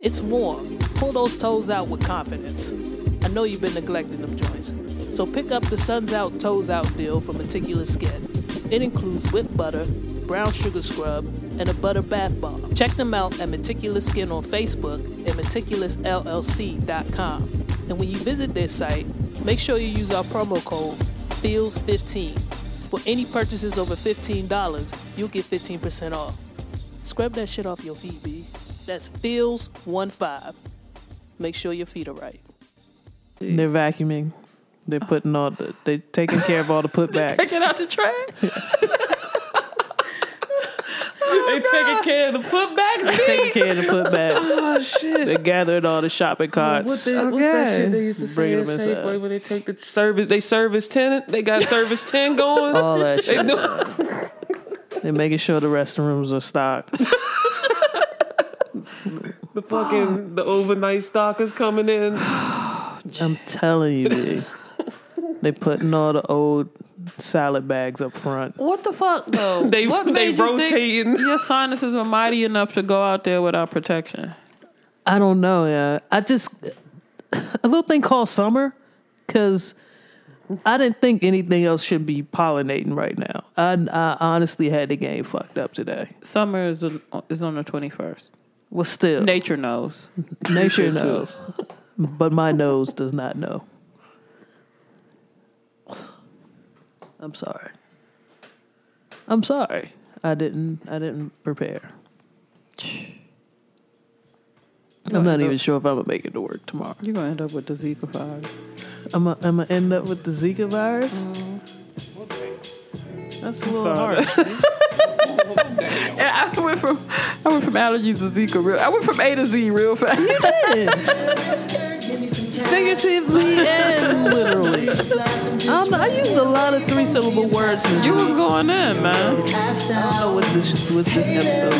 It's warm. Pull those toes out with confidence. I know you've been neglecting them joints. So pick up the Suns Out Toes Out deal from Meticulous Skin. It includes whipped butter, brown sugar scrub, and a butter bath bomb. Check them out at Meticulous Skin on Facebook and meticulousllc.com. And when you visit their site, make sure you use our promo code FEELS15. For any purchases over $15, you'll get 15% off. Scrub that shit off your feet, B. That's FEELS15. Make sure your feet are right. They're vacuuming. They're putting all the. They're taking care of all the Take putbacks. Uh-huh. it out the trash. Oh, They're taking care of the putbacks. They're taking care of the putbacks. oh shit. They're gathering all the shopping What carts. the, What's that shit they Okay. used to say Bringing at them inside. Safeway when they take the service? They service tenant. They got service ten going. all that They shit. do- They're making sure the restrooms are stocked. the fucking the overnight stalkers coming in. I'm telling you, B. They putting all the old salad bags up front. What the fuck though? They- what they made you think rotating. Your sinuses were mighty enough to go out there without protection. I don't know, yeah. I just a little thing called summer because I didn't think anything else should be pollinating right now. I, I honestly had the game fucked up today. Summer is on- is on the twenty first. Well, still, Nature knows. nature knows, but my nose does not know. I'm sorry. I'm sorry. I didn't. I didn't prepare. I'm not even sure if I'm gonna make it to work tomorrow. You're gonna end up with the Zika virus. I'm gonna I'm end up with the Zika virus. That's a little Sorry. hard. I went from I went from allergies to Zika real. I went from A to Z real fast. Figuratively and literally. I'm, I used a lot of three syllable words this You week. was going in, man. I don't know what this, what this episode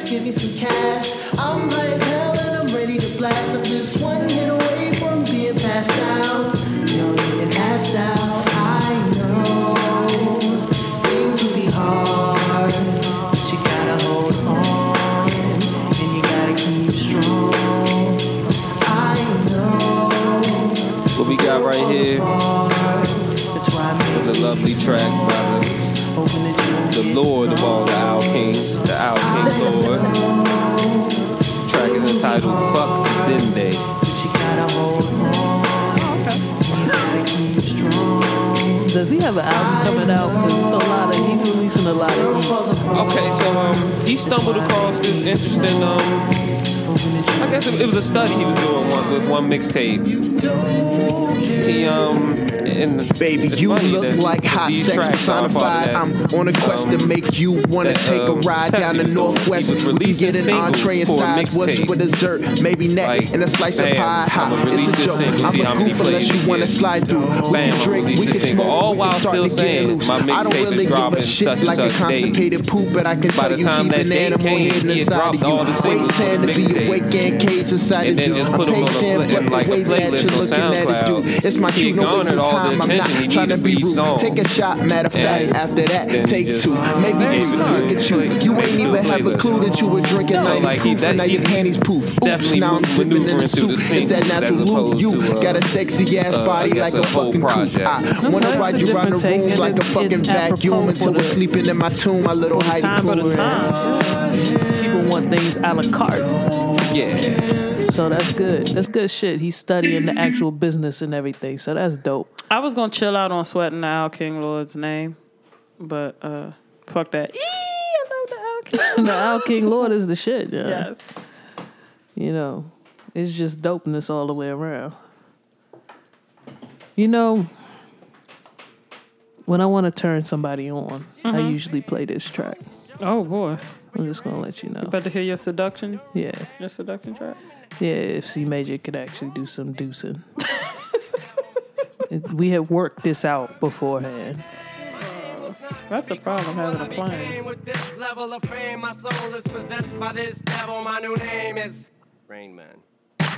was. Give me some cash. I'm high as hell and I'm ready to blast. I'm just one hit away from being passed out. Young and passed out. I know things will be hard, but you gotta hold on and you gotta keep strong. I know What we got right here that's why I'm is a lovely track by the, hoping that the Lord of all the Owl Kings, the Owl King Lord. Track is entitled Fuck Them Day. you gotta hold on. You gotta keep strong. Does he have an album coming out? Because it's a lot of, he's releasing a lot of E heat. Okay, so um, he stumbled across this interesting um, I guess it, it was a study he was doing one, with one mixtape. He um and Baby, it's you funny look that like hot these sex tracks are a part personified. of I'm that. on a quest to um, make you wanna that, take a um, ride test down he the was doing. northwest. He was We can releasing get an singles entree for a inside. What's mixtape. for dessert? Maybe neck Like, and a slice of bam, pie I'ma hot. release It's a this joke. single, see how I'm a many goof unless plays you we wanna get. slide through. We Bam, can I'ma drink, release we this can single. All smoke, we while can still start to get saying, loose. my I mixtape don't is really give dropping a such shit and like a such date. constipated poop, but I By can tell the you time keep that an date animal came, hidden he had inside of dropped all the you. Wait singles for ten the to be mixtape. awake and caged inside And the then zoo. just I'm put him on a pla- patient, in but like a the way that playlist you're on looking at it, SoundCloud. dude, it's my He cue. No garnered waste of all the time. I'm not attention he trying to needed for be each rude. song. Take a shot. Matter of fact, And after then he that, take just two. Maybe gave two. it to Look him. at you. Like, You made ain't it to a even have a playlist. clue that you were drinking. So, Now you like, he- poof, that- and now your he's panties poof. Oops, definitely now I'm tipping in maneuvering the through the soup. It's that singles as natural opposed loop. You to, uh, got a sexy ass uh, I body guess like a a whole fucking coop. project. I wanna Sometimes ride it's a you around the different room take, like and a it's- fucking it's apropos vacuum for until we're the- sleeping in my tomb. My little hidey Time for the cool. time. People want things a la carte. Yeah. So that's good. That's good shit. He's studying the actual business and everything. So that's dope. I was gonna chill out on sweating the Al King Lord's name, but uh, fuck that. Eee, I love the Al King. The Al King Lord is the shit. Yeah. yes. You know, it's just dopeness all the way around. You know, when I want to turn somebody on, I usually play this track. Oh boy, I'm just gonna let you know. about to hear your seduction, Yeah, your seduction track. yeah. If C Major could actually do some deucing, It- we had worked this out beforehand. That's the problem having a plan. Became with this level of fame. My soul is possessed by this devil. My new name is Rain Man.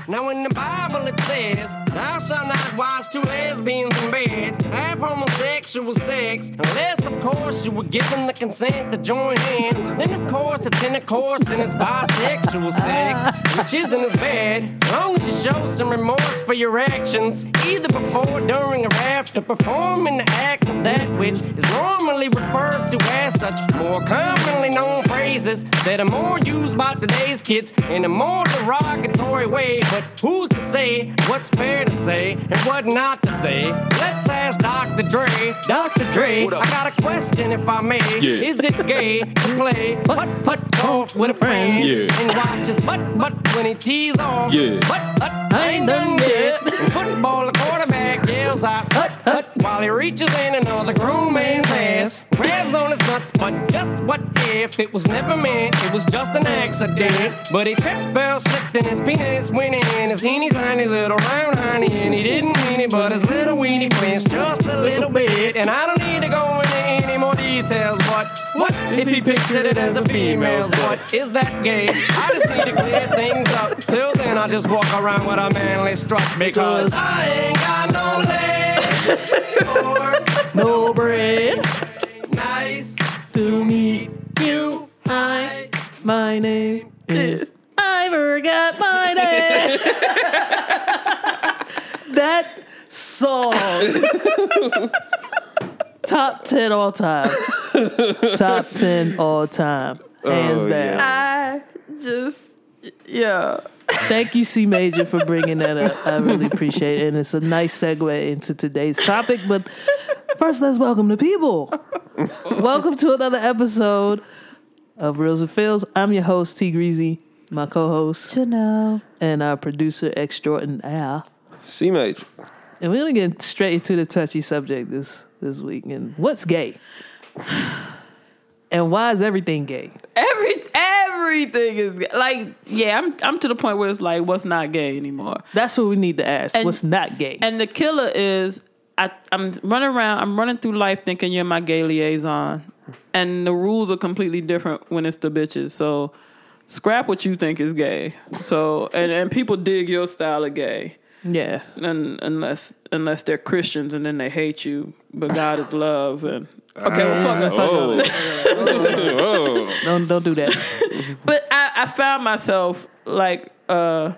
Now in the Bible it says, Thou shalt not watch two lesbians in bed, have homosexual sex, unless of course you were given the consent to join in. Then of course it's intercourse and it's bisexual sex. which isn't as bad. Long as you show some remorse for your actions, either before, during, or after performing the act of that which is normally referred to as such. More commonly known phrases that are more used by today's kids in a more derogatory way. But who's to say what's fair to say and what not to say? Let's ask Dr. Dre. Dr. Dre, I got a question if I may. Is it gay to play putt putt golf with a friend? Yeah. And watch his butt butt when he tees off. Yeah. Butt butt, I ain't done yet. Football the quarterback yells out hut hut while he reaches in another grown man's ass. Grabs on his nuts, but just what if it was never meant? It was just an accident. But he tripped, fell, slipped, and his penis went in his teeny tiny little round honey, and he didn't mean it, but his little weenie flinched just a little bit. And I don't need to go into any more details, but what if he pictured it as a female's butt? Is that gay? I just need to clear things up. Till then, I just walk around with a manly strut because I ain't got no legs or no bread. Nice to meet you. Hi. My name is. I forgot my name. that song. Top 10 all time. Top 10 all time. Hands Oh, down. I just, yeah. Thank you, C Major, for bringing that up. I really appreciate it. And it's a nice segue into today's topic. But first, let's welcome the people. welcome to another episode of Reels and Fields. I'm your host, T Greasy, my co host, Janelle. and our producer extraordinaire. C major. And we're going to get straight into the touchy subject this, this week. And what's gay? And why is everything gay? Every everything is like yeah. I'm I'm to the point where it's like what's not gay anymore. That's what we need to ask. And- what's not gay? And the killer is I I'm running around. I'm running through life thinking you're my gay liaison, and the rules are completely different when it's the bitches. So scrap what you think is gay. So and and people dig your style of gay. yeah. un unless unless they're Christians and then they hate you, but God is love and okay, well fuck it, fuck it. Oh, Don't, don't do that. But I, I found myself like uh,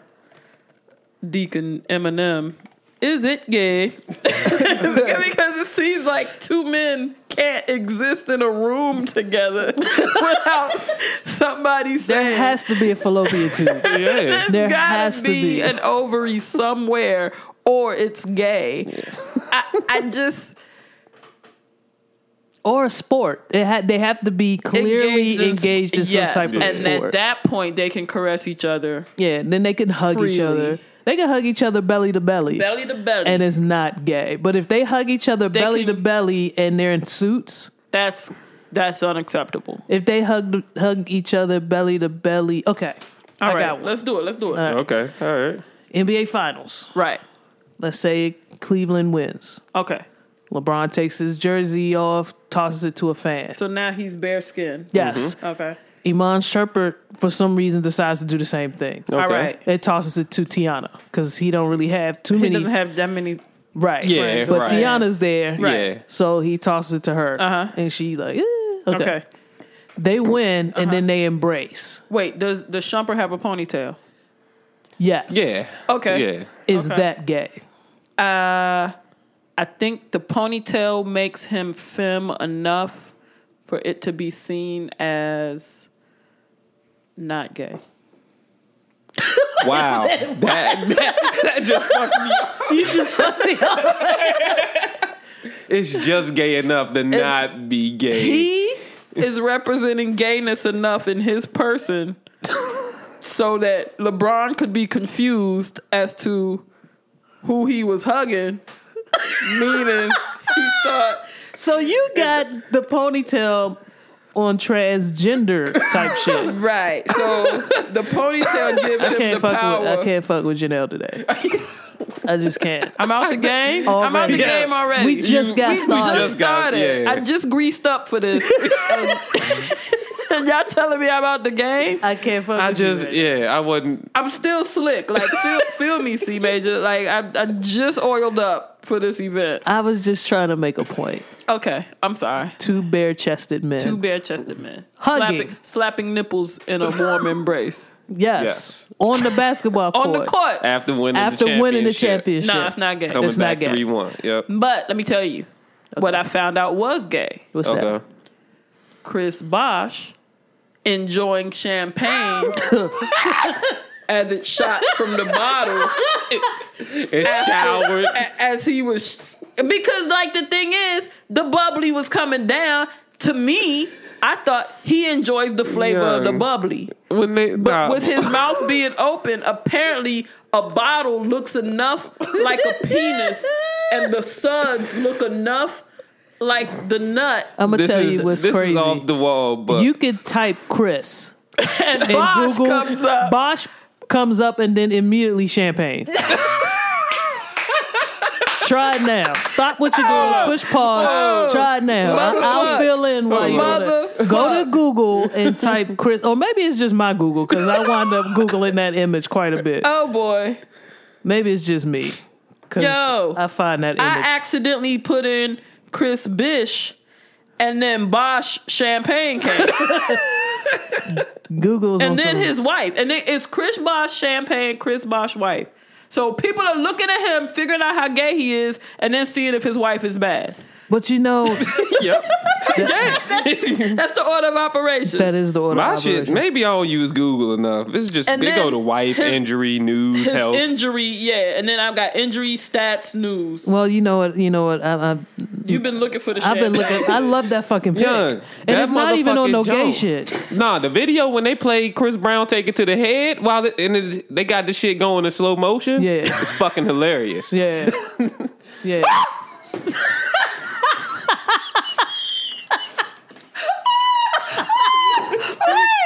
Deacon Eminem. Is it gay? because it seems like two men can't exist in a room together without somebody saying There has to be a fallopian tube. yeah. There gotta has to be, be. an ovary somewhere, or it's gay. I, I just or a sport. It ha- they have to be clearly engaged in, some yes, type of and sport. at that point they can caress each other yeah, and then they can hug each Freely. other. They can hug each other belly to belly, belly to belly and it's not gay. But if they hug each other belly can- to belly and they're in suits, that's that's unacceptable if they hug hug each other belly to belly, okay. All I right, got one. let's do it let's do it Okay. All right. NBA Finals. right Let's say Cleveland wins. okay LeBron takes his jersey off, tosses it to a fan. so now he's bare skin yes. okay Iman Sherper, for some reason, decides to do the same thing. all Okay. right it tosses it to Tiana because he don't really have too he many doesn't have that many right. Yeah, but right. Tiana's there, Right. Yeah. So he tosses it to her, uh-huh. and she like, eh, okay. okay, They win, and Uh-huh. then they embrace. wait does does shumper have a ponytail Yes, Yeah. okay Yeah. is Okay. that gay? uh i think the ponytail makes him femme enough for it to be seen as not gay Wow. that, that that just fucked me up. You just It's just gay enough to not be gay. he is representing gayness enough in his person so that LeBron could be confused as to who he was hugging, meaning he thought so you got the ponytail on transgender type shit. right. So the ponytail gives I him can't the fuck power. with I can't fuck with Janelle today. I just can't. I'm out the game. I'm out Already. the Yeah. game already. We just got we started. Just Just got- started. yeah. I just greased up for this. and y'all telling me I'm out the game? I can't fuck. I with you, just man. yeah, I wouldn't I'm still slick. Like, feel, feel me, C Major. Like, I, I just oiled up for this event. I was just trying to make a point. Okay, I'm sorry. Two bare chested men. Two bare chested men. Hugging. Slapping, slapping nipples in a warm embrace. Yes. On the basketball court. on the court. After winning After the championship. winning the championship. Nah, it's not gay. Coming It's not back gay. 3 1. Yep. But let me tell you, what I found out was gay. What's Okay. Chris Bosch enjoying champagne as it shot from the bottle It showered. as he was because like the thing is the bubbly was coming down to me I thought he enjoys the flavor of the Yeah. bubbly. when they, But nah, with his mouth being open, apparently a bottle looks enough like a penis, and the suds look enough like the nut. I'm gonna this tell is, you what's this crazy. is off the wall, but you could type Chris And, and Bosch Google comes up. Bosch comes up and then immediately champagne. Try it now. Stop what you're doing. Push pause. Try it now. I, I'll Motherfuck. fill in while you do that. go to Google and type Chris, or maybe it's just my Google because I wind up googling that image quite a bit. Oh boy. Maybe it's just me. 'cause Yo. I find that image. I accidentally put in Chris Bish and then Bosch Champagne came. Google's on and then some- his wife. And it- it's Chris Bosch Champagne, Chris Bosch wife. So people are looking at him, figuring out how gay he is, and then seeing if his wife is bad. But you know yep. That's the order of operations. that is the order. My of shit. operation. Maybe I don't use Google enough. It's just And they then go to wife, his- injury, news, his health. injury, yeah, and then I've got injury stats news. Well, you know what? You know what? I, I, You've been looking for the. I've been shit. looking. I love that fucking pic, Yeah, and that it's not even on no gay motherfucking shit. Nah, the video when they play Chris Brown take it to the head while the, and it- they got the shit going in slow motion. Yeah. it's fucking hilarious. Yeah, yeah.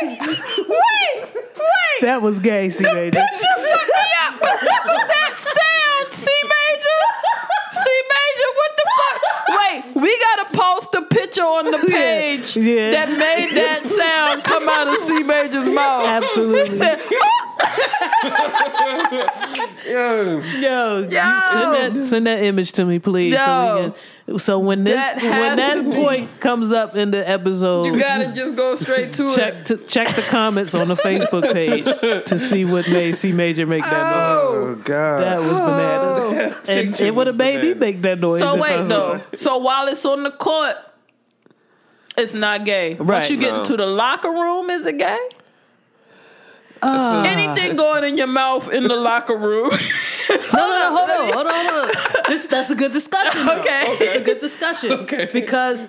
Wait, wait. That was gay, C major. You fucked me up. that sound, C major. C major, what the fuck? Wait, we gotta post a picture on the page yeah. that made that sound come out of C major's mouth. He Absolutely. said, "Oh, Yeah. Yo, you send that send that image to me, please. So, we can, so when this That when has that to be- point comes up in the episode, you gotta just go straight to it. check to, check the comments on the Facebook page to see what made C major make that noise. Oh god. That was Oh. bananas, and it would have made me make that noise. So if I wait was- though. So while it's on the court, it's not gay. Once Right. you get No. into the locker room, is it gay? Anything going in your mouth in the locker room? No, no, no, hold on, hold on, hold on. This that's a good discussion. though. Okay. it's a good discussion. Okay, because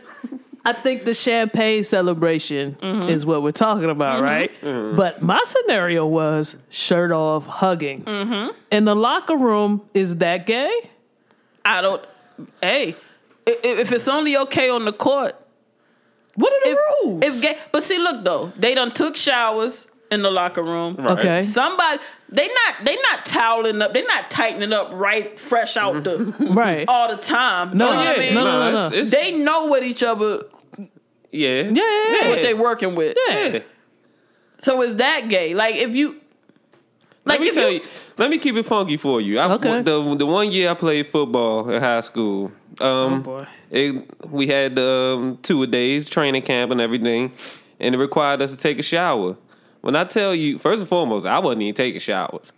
I think the champagne celebration is what we're talking about, right? But my scenario was shirt off, hugging in the locker room. Is that gay? I don't. Hey, i- i- if it's only okay on the court, What are the if, rules? if gay, but see, look though, they done took showers in the locker room. okay, Somebody, they not they not toweling up, they not tightening up right fresh out Mm-hmm. the right? all the time. No, You know what I yeah, mean? no, no, no, Nah, no. it's, it's, They know what each other, yeah. yeah, yeah, yeah. what they working with. Yeah. So is that gay? Like if you, like Let me if tell you. Let me keep it funky for you. I, Okay. The the one year I played football in high school. Um, boy. It, we had um, two a days training camp and everything, and it required us to take a shower. When I tell you, first and foremost, I wasn't even taking showers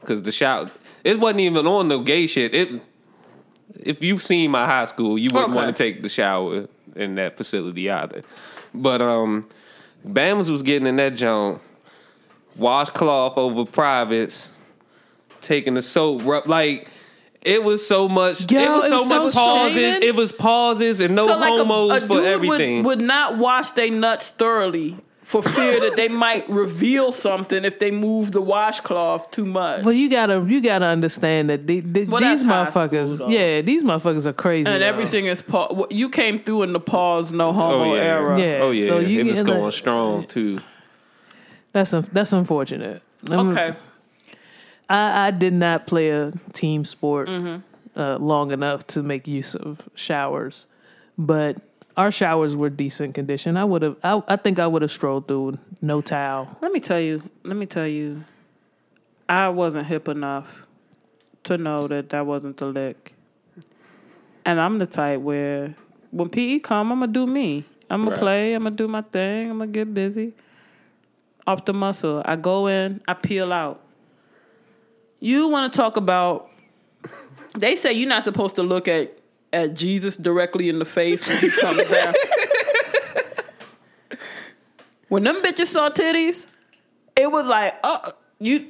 because the shower it wasn't even on the gay shit. It if you've seen my high school, you wouldn't Okay. want to take the shower in that facility either. But um, Bama's was getting in that junk, washcloth over privates, taking the soap rub like. It was so much. it Yo, was it so was so much pauses. shaming. It was pauses and no so like homos a, a for dude everything. Would, would not wash their nuts thoroughly for fear that they might reveal something if they move the washcloth too much. Well, you gotta you gotta understand that the, the- Well, these that's high school, motherfuckers, though. yeah, these motherfuckers are crazy. and though. everything is pa- what- you came through in the pause no homo oh yeah. era. Yeah, Oh yeah. so you it was get, going like- strong too. that's un- that's unfortunate. Let me- Okay. I, I did not play a team sport Mm-hmm. uh, long enough to make use of showers, but our showers were decent condition. I would have, I, I think I would have strolled through no towel. Let me tell you. Let me tell you. I wasn't hip enough to know that that wasn't the lick. And I'm the type where when PE come, I'm gonna do me. I'm gonna Right. play. I'm gonna do my thing. I'm gonna get busy. off the muscle. I go in, I peel out. You want to talk about? They say you're not supposed to look at at Jesus directly in the face when he comes down. when them bitches saw titties, it was like, uh, you.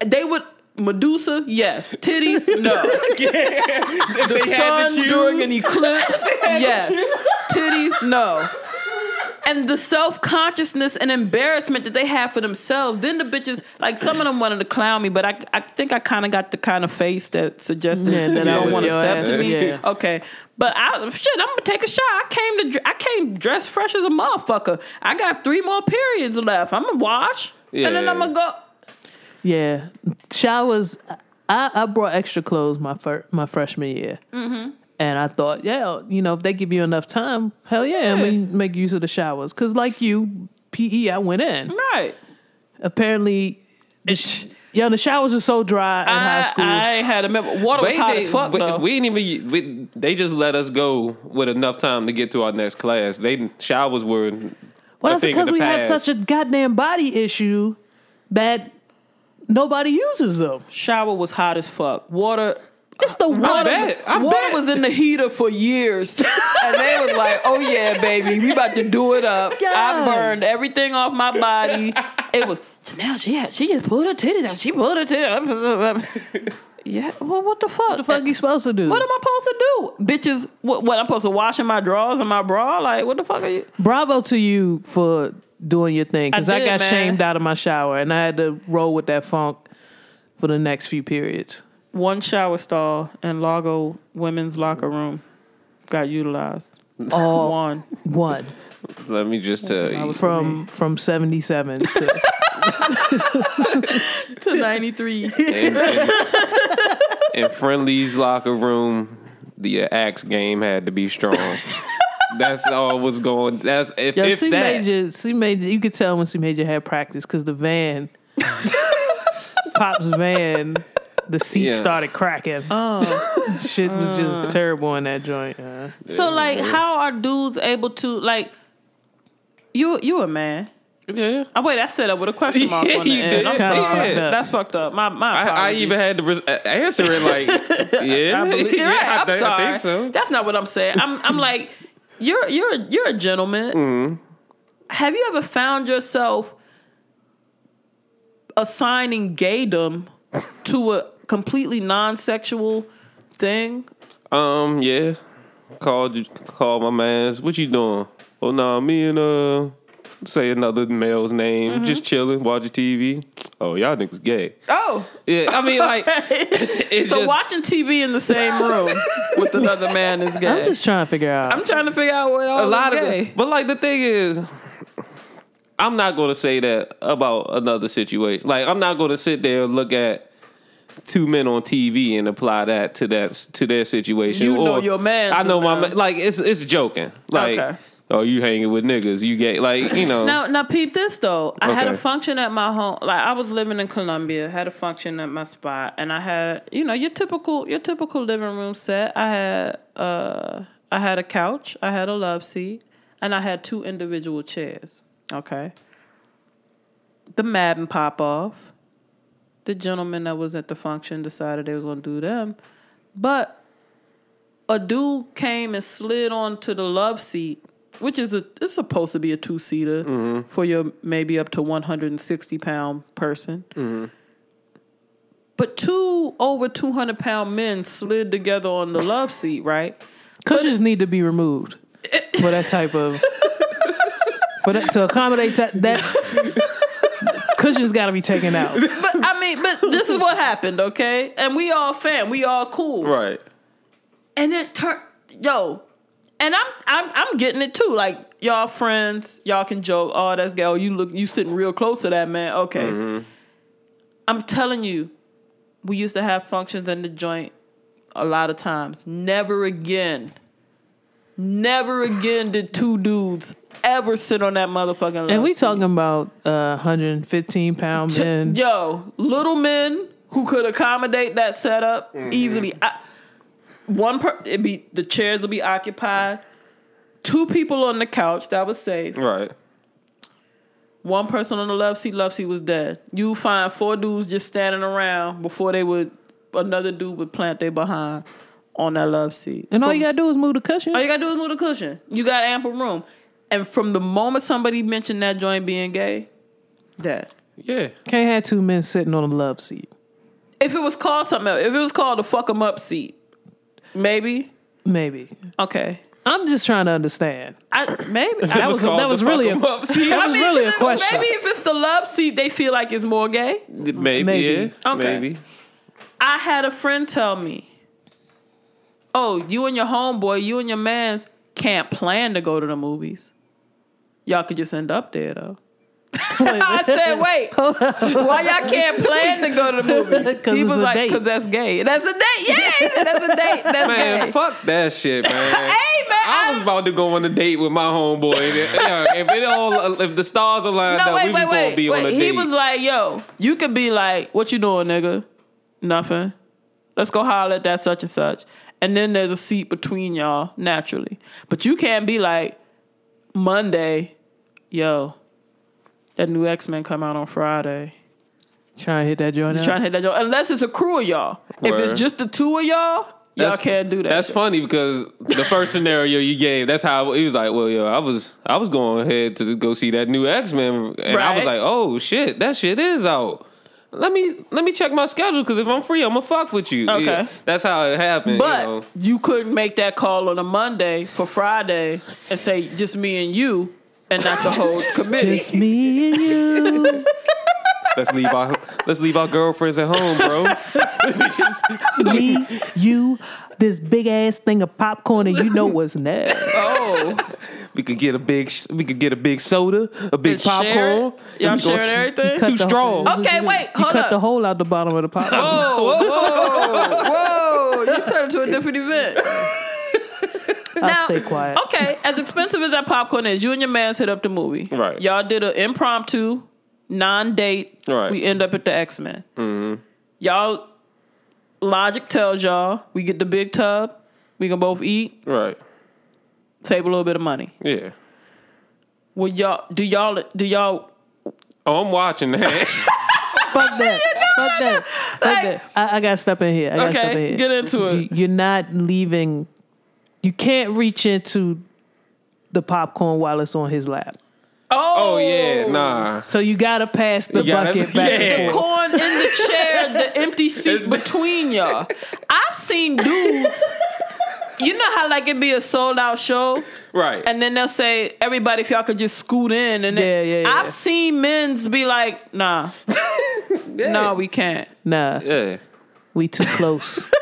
They would Medusa, yes. Titties, no. the had to sun during choose. an eclipse, yes. Titties, no and the self consciousness and embarrassment that they have for themselves. Then the bitches, like some of them wanted to clown me, but I, I think I kind of got the kind of face that suggested Yeah, you that I don't would want to your step to ass, me. yeah. Okay, but I shit, I'm gonna take a shot. I came to, dr- I came dressed fresh as a motherfucker. I got three more periods left. I'm gonna wash, and then Yeah. I'm gonna go. Yeah, showers. I, I brought extra clothes my fir- my freshman year, Mm-hmm. and I thought, yeah, you know, if they give you enough time, hell yeah, I'm gonna make use of the showers. Cause like you, PE, I went in. Right. Mm-hmm. Apparently, the sh- yeah, the showers are so dry in high I, school. I had a member. Water was They- hot they- as fuck we, though. we ain't even. We, they just let us go with enough time to get to our next class. They showers were. well, a that's thing in because the we have past. such a goddamn body issue that nobody uses them. Shower was hot as fuck. Water It's the water. bet. I Water bet. was in the heater for years, and they was like, "Oh yeah, baby, we about to do it up." Yeah. I burned everything off my body. It was so now she had, she just pulled her titties out. She pulled her titties. yeah, well, what the fuck? What, The fuck you supposed to do? am I supposed to do, bitches? What, what I'm supposed to wash in my drawers and my bra? Like, what the fuck are you? Bravo to you for doing your thing because I I, did, got man. shamed out of my shower and I had to roll with that funk for the next few periods. One shower stall in Largo women's locker room got utilized. All One. one Let me just tell you. from from seventy seven. to to 93. in, in, in Friendly's locker room, the uh, axe game had to be strong. That's all was going. That's if, Yo, if C that. major, C major, you could tell when C major had practice because the van, Pop's van, the seat Yeah. started cracking. Shit was just terrible in that joint. uh. So like, how are dudes able to like? You you a man? yeah, Oh wait, I set up with a question mark Yeah, on the you end. did. I'm That's kinda sorry. fucked up. That's fucked up. My my. I, I apologies. even had to res- uh, answer it like, yeah, You're yeah, right. I, I'm thi- sorry. I think so. That's not what I'm saying. I'm I'm like, you're you're you're a gentleman. Mm-hmm. Have you ever found yourself assigning gaydom to a completely non-sexual thing? Um, yeah. Called called my man's. What you doing? Oh nah, me and uh say another male's name. Mm-hmm. Just chilling, watching TV. Oh, y'all niggas gay. Oh, Yeah, I mean like it's so just, watching TV in the same room with another man is gay. I'm just trying to figure out. I'm trying to figure out what a all lot of gay. it. But like the thing is, I'm not going to say that about another situation. Like I'm not going to sit there and look at two men on TV and apply that to that to their situation. You know Or, your man's I know a my man. man. Like it's it's joking. Like Okay. oh, you hanging with niggas? You gay? Like you know? Now, now, peep this though. I had a Okay. function at my home. Like I was living in Columbia, had a function at my spot, and I had you know your typical your typical living room set. I had uh I had a couch, I had a love seat, and I had two individual chairs. Okay. The Madden pop off. The gentleman that was at the function decided they was gonna do them, but a dude came and slid onto the love seat, which is a it's supposed to be a two seater for your maybe up to one hundred and sixty pound person. But two over two hundred pound men slid together on the love seat, right? Cushions need to be removed for that type of for that, to accommodate that. that cushions got to be taken out. But I mean, but this is what happened, okay? And we all fam, we all cool, Right. and it turned yo and I'm, I'm i'm getting it too like y'all friends y'all can joke oh that's gay oh you look you sitting real close to that man okay i'm telling you we used to have functions in the joint a lot of times never again never again did two dudes ever sit on that motherfucking And love we seat. talking about uh, 115 pound T- men. Yo, little men who could accommodate that setup easily. I, one per, it be the chairs will be occupied. Two people on the couch that was safe. Right. One person on the love seat, love seat was dead. You find four dudes just standing around before they would another dude would plant their behind on that love seat. And all you gotta do is move the cushion. All you gotta do is move the cushion. You got ample room. And from the moment somebody mentioned that joint being gay, that Yeah. Can't have two men sitting on a love seat. if it was called something else, if it was called the fuck 'em up seat, maybe Maybe. okay. I'm just trying to understand. I, maybe It That was, called that the was fuck really a, 'em up seat. that was mean, really a maybe- question. Maybe if it's the love seat, they feel like it's more gay. Maybe, Maybe. yeah. Okay. Maybe. I had a friend tell me, "Oh, you and your homeboy, you and your man's can't plan to go to the movies. Y'all could just end up there, though." I said, "Wait, why y'all can't plan to go to the movies?" 'Cause He it's was a like, date. "Cause that's gay. That's a date. Yeah, that's a date. That's Man, gay." fuck that shit, man. Hey, man, I was about to go on a date with my homeboy. Yeah, if it all, if the stars aligned no, up, wait, we wait, was gonna wait. be wait. on a he date. was like, yo, you could be like, what you doing, nigga? Nothing. Let's go holler at that such and such. And then there's a seat between y'all, naturally. But you can't be like, Monday, yo, that new X Men come out on Friday. Trying to hit that joint. Trying Trying to hit that joint. Unless it's a crew of y'all. If it's Word. just the two of y'all, y'all That's- can't do that. That's shit. funny because the first scenario you gave, that's how he was like, "Well, yo, I was, I was going ahead to go see that new X Men, and I was Right. like, oh shit, that shit is out. Let me, let me check my schedule because if I'm free, I'm gonna fuck with you. Okay. Yeah, that's how it happened. But you know. you couldn't make that call on a Monday for Friday and say just me and you and not the whole committee. just me and you. let's leave our, let's leave our girlfriends at home, bro. Just- me, you, this big ass thing of popcorn, and you know what's next. oh. we could get a big, we could get a big soda, a big And share it? popcorn. Y'all and we gonna- sharing everything? Two Cut the- straws. Okay, wait, You hold cut up. the hole out the bottom of the popcorn. whoa, whoa, whoa! You turned into a different event. I'll stay quiet. Okay, as expensive as that popcorn is, you and your man's hit up the movie. Right. Y'all did an impromptu, non-date. Right. We end up at the X Men. Mm-hmm. Y'all, logic tells y'all we get the big tub. We can both eat. Right. Save a little bit of money. Yeah. Well, y'all do y'all do y'all Oh, I'm watching that. Fuck that. Fuck that. Fuck that. I, I gotta step in here. I gotta step in okay? here. Get into it. You, are not leaving. You can't reach into the popcorn while it's on his lap. Oh yeah, nah. So you gotta pass the You gotta- bucket back. and yeah. forth. corn in the chair, the empty seats It's- between y'all. I've seen dudes. You know how like it be a sold out show, Right. and then they'll say, "Everybody, if y'all could just scoot in." And then- Yeah, yeah, yeah. I've seen men's be like, "Nah, nah, we can't." Nah, yeah. we too close.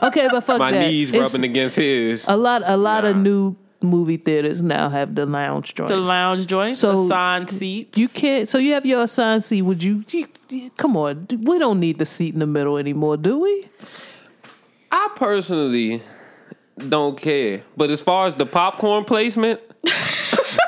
okay, but fuck My that. knees It's- rubbing against his. a lot. A lot of Nah. new movie theaters now have the lounge joints. The lounge joints, So, assigned seats. You can't. So you have your assigned seat. Would you, you? you- Come on. We don't need the seat in the middle anymore, do we? I personally don't care, but as far as the popcorn placement,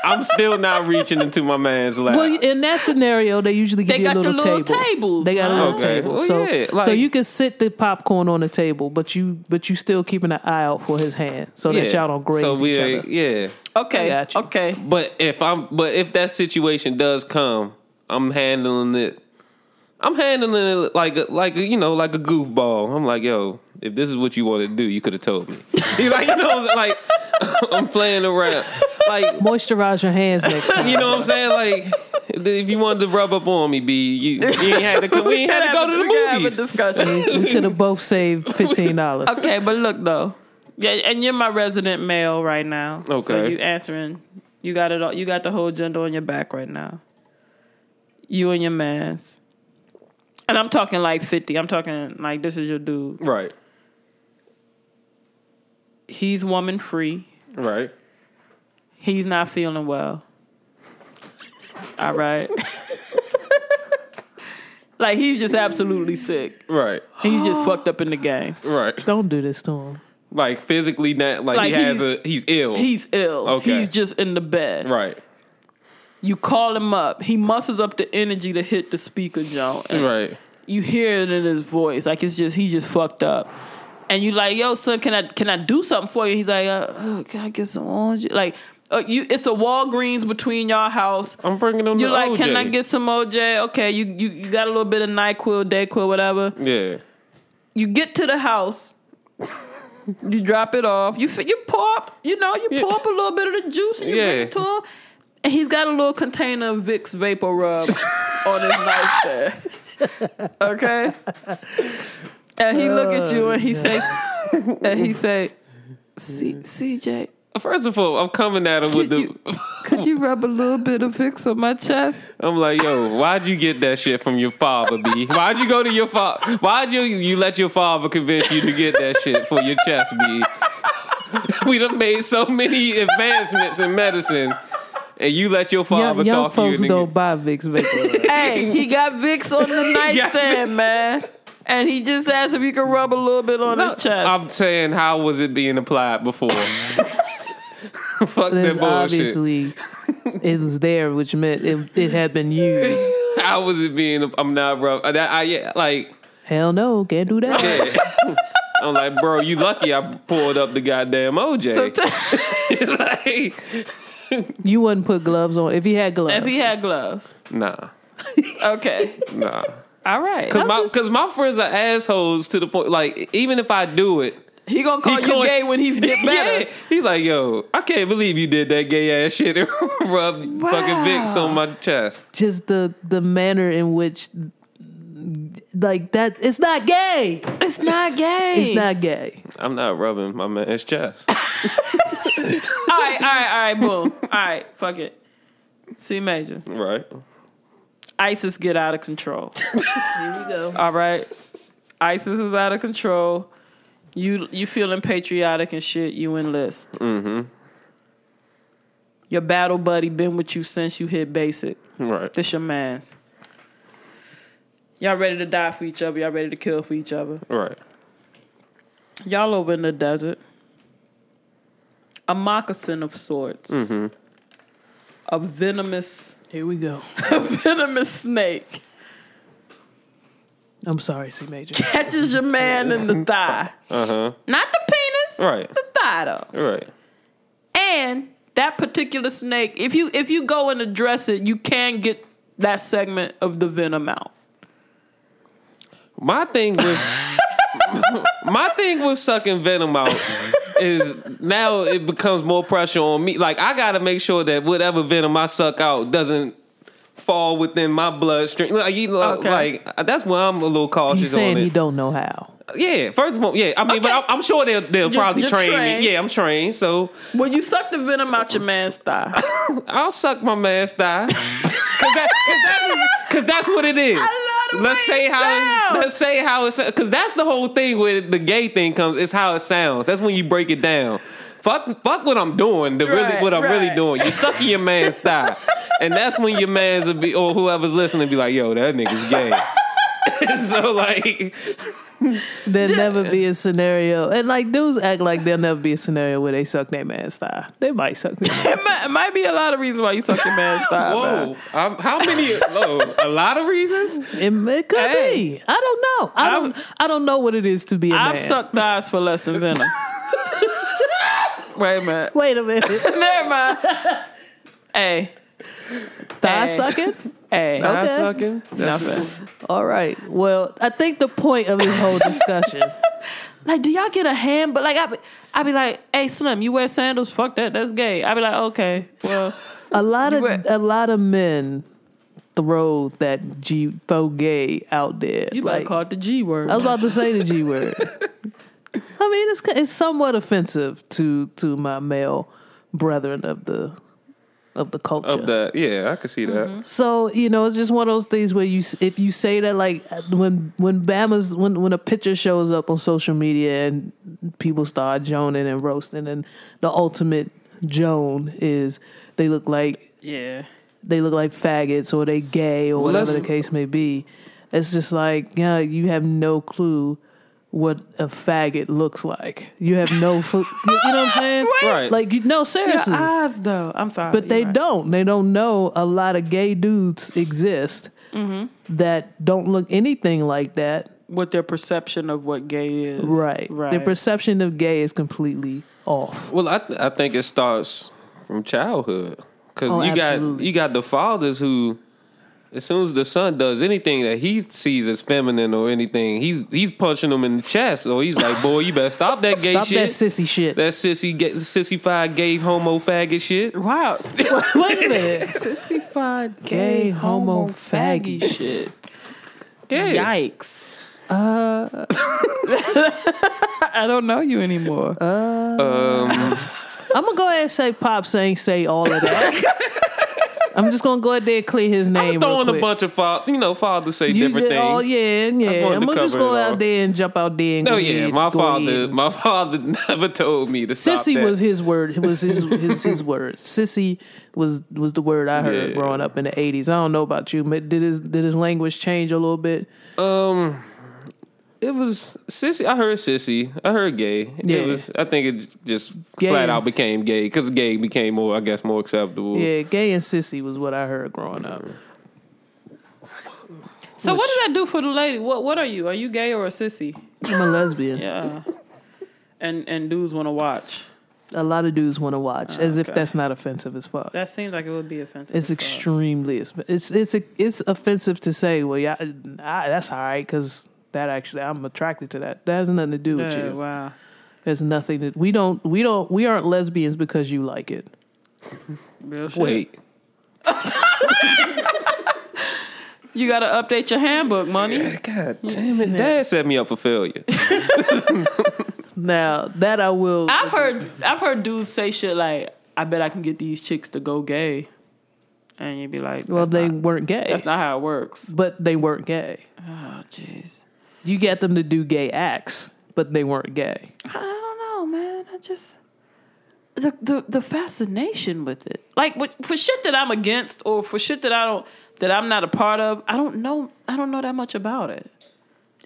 I'm still not reaching into my man's lap. Well, in that scenario, they usually give Uh, They you a got the little little table. tables, Oh, They got a little Okay. table. Well, so, yeah, so like- you can sit the popcorn on the table, but you but you still keeping an eye out for his hand so yeah. that y'all don't graze so we each are- other. Yeah, okay, got you. okay. but if I'm, but if that situation does come, I'm handling it. I'm handling it like a, like a, you know like a goofball. I'm like, yo, if this is what you wanted to do, you could have told me. He's like, you know, what I'm saying? like I'm playing around, like Moisturize your hands next time. You know what I'm saying? Like, if- if you wanted to rub up on me, B, you, you ain't had to, co- we ain't had to go to the We gotta have a movies. discussion. we could have both saved fifteen dollars. Okay, but look though. Yeah, and you're my resident male right now. So Okay. you answering. You got it all you got the whole gender on your back right now. You and your mans. And I'm talking like 50. I'm talking like this is your dude. Right, He's woman free. right. He's not feeling well. All right. like he's just absolutely sick. Right, He's just fucked up in the game. right. Don't do this to him. Like physically, not like, Like, he has he's- a he's ill. He's ill. Okay. He's just in the bed. right, You call him up. He musters up the energy to hit the speaker, Joe. And right, You hear it in his voice, like it's just he just fucked up. And you like, yo, son, can I can I do something for you? He's like, uh, uh, can I get some orange? Like, uh, you, it's a Walgreens between your house. I'm bringing them. You're the like, can OJ." I get some OJ? Okay, you, you you got a little bit of Nyquil, Dayquil, whatever. Yeah. You get to the house. You drop it off. You fi- you pour up, you know, you pour Yeah. up a little bit of the juice and you bring Yeah. it to him. And he's got a little container of Vicks Vapor Rub on his nightstand. Okay? And he look at you and he Oh, say, and he say, "C- CJ, First of all, I'm coming at him with Could the. you- could you rub a little bit of Vicks on my chest? I'm like, yo, why'd you get that shit from your father, B? Why'd you go to your father? Why'd you you let your father convince you to get that shit for your chest, B? we done made so many advancements in medicine, and you let your father Young, young talk you folks into don't buy Vicks Vapor. hey, he got Vicks on the nightstand, man. And he just asked if you could rub a little bit on his chest. I'm saying, how was it being applied before? Fuck that There's bullshit. obviously it was there, which meant it, it had been used. How was it being? I'm not, bro. That I yeah, like. Hell no, can't do that. yeah. I'm like, bro, you lucky I pulled up the goddamn OJ. So t- like, You wouldn't put gloves on if he had gloves. if he had gloves. nah, Okay. nah. All right. Cause my, cause my friends are assholes to the point. Like, even if I do it, he gonna call he you call- gay when he get better. yeah, he's like, yo, I can't believe you did that gay ass shit and rubbed fucking Vicks on my chest. Just the the manner in which, like that, it's not gay. It's not gay. It's not gay. I'm not rubbing my man's chest. All right. All right. All right. Boom. All right. Fuck it. C major. right? ISIS get out of control. Here we go. All right. ISIS is out of control. You you feeling patriotic and shit. You enlist. Mm-hmm. Your battle buddy been with you since you hit basic. Right. This your man's. Y'all ready to die for each other. Y'all ready to kill for each other. Right. Y'all over in the desert. A moccasin of sorts. Mm-hmm. A venomous, Here we go. venomous snake I'm sorry, C Major. catches your man in the thigh. Uh huh. Not the penis. Right. The thigh though. Right. And that particular snake, if you if you go and address it, you can get that segment of the venom out. My thing with my thing with sucking venom out is now it becomes more pressure on me. Like I gotta make sure that whatever venom I suck out doesn't fall within my bloodstream. Like, you know, Okay. like that's why I'm a little cautious He's saying on it. he don't know how. yeah, first of all, yeah. I mean, but I'm, I'm sure they'll they'll probably you're train trained. me. Yeah, I'm trained, so When you suck the venom out your man's thigh, I'll suck my man's thigh. Cause, that, cause, that is, cause that's what it is. I love the let's way say it how sounds. let's say how it's because that's the whole thing where the gay thing comes. It's how it sounds. That's when you break it down. Fuck, fuck what I'm doing. The Right, really what I'm right. really doing. You're sucking your man's thigh, and that's when your man's will be, or whoever's listening be like, "Yo, that nigga's gay." so like, There'll never be a scenario, and like dudes act like there'll never be a scenario where they suck their man's thigh. They might suck. Their it might, it might be a lot of reasons why you suck your man's thigh. whoa, man. I'm, how many? Oh, a lot of reasons. It, it could Hey. be. I don't know. I I'm- don't. I don't know what it is to be a I've man. sucked thighs for less than venom. Wait a minute. Wait a minute. Never mind. Hey, Thigh Hey. sucking. hey, Eye Okay. sucking. nothing. All right. Well, I think the point of this whole discussion. Like, do y'all get a hand? But like, I be, I be like, hey, Slim, you wear sandals? Fuck that. That's gay. I be like, okay, well. a lot of went- a lot of men throw that G throw gay out there. You better Like, call it the G word. I was about to say the G word. I mean, it's it's somewhat offensive to to my male brethren of the of the culture. Of that, yeah, I could see that. So you know, it's just one of those things where you if you say that like when when Bama's when when a picture shows up on social media and people start joning and roasting, and the ultimate joan is they look like yeah. they look like faggots or they gay or Well, whatever the that's- case may be. It's just like yeah, you have no clue what a faggot looks like. You have no, fu- you, you know what I'm saying? Right. Like you no seriously. Your eyes, though. I'm sorry. But they you're right. don't. They don't know a lot of gay dudes exist that don't look anything like that. What their perception of what gay is. Right. Right. Their perception of gay is completely off. Well, I th- I think it starts. from- from childhood. Because Oh, you got absolutely. you got the fathers who, as soon as the son does anything that he sees as feminine or anything, he's he's punching them in the chest or he's like, "Boy, you better stop that gay Stop shit." that sissy shit. That sissy, ga- sissified, gay, homo, faggot shit. Wow. Wait a minute. Sissified Gay, homo, faggy shit. Yeah, Yikes. Uh, I don't know you anymore. Uh, I'm gonna go ahead and say Pops ain't say all of that. I'm just gonna go ahead there and clear his name. I'm throwing real a quick. bunch of fathers. You know, fathers say You different did- things. Oh yeah, yeah. wanted I'm to gonna just cover go it out all. there and jump out there and No, go yeah, ahead, my go father, ahead. my father never told me to stop Sissy that. was his word. Was his his his word. Sissy was was the word I heard Yeah. growing up in the '80s. I don't know about you, but did his did his language change a little bit? Um, it was sissy. I heard sissy. I heard gay. Yeah. It was. I think it just Gay. flat out became gay because gay became more, I guess, more acceptable. Yeah, gay and sissy was what I heard growing up. so what did I do for the lady? What What are you? Are you gay or a sissy? I'm a lesbian. Yeah. and and dudes want to watch. A lot of dudes want to watch, Ah, as if that's not offensive as fuck. That seems like it would be offensive. It's as fuck. extremely it's it's it's offensive to say. Well, yeah, I, that's all right because that actually I'm attracted to that. That has nothing to do with Yeah, you. wow. There's nothing that we don't we don't we aren't lesbians because you like it. Real shit. Wait. You got to update your handbook, money. God damn it! Dad set me up for failure. Now that I will. I've heard I've heard dudes say shit like, "I bet I can get these chicks to go gay," and you'd be like, well, "Well, they not, weren't gay, that's not how it works." but they weren't gay. Oh, jeez. You got them to do gay acts, but they weren't gay. I don't know, man. I just the the the fascination with it, like with, for shit that I'm against or for shit that I don't that I'm not a part of. I don't know. I don't know that much about it.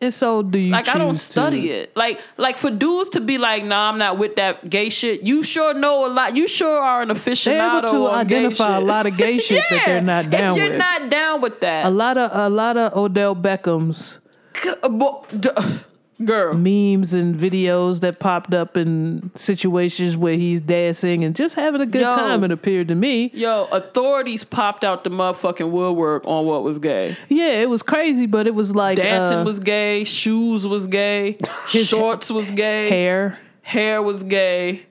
And so, do you Like I don't choose study to, it. Like like for dudes to be like, nah, I'm not with that gay shit. You sure know a lot. You sure are an They're aficionado. able to on gay identify a shit. lot of gay shit that they're not down if you're with. not down with a that, lot of a lot of Odell Beckham's c- uh, bo- d- girl. memes and videos that popped up in situations where he's dancing and just having a good Yo. time. It appeared to me. Yo, authorities popped out the motherfucking woodwork on what was gay. Yeah, it was crazy, but it was like Dancing uh, was gay, shoes was gay, shorts was gay, hair. hair was gay,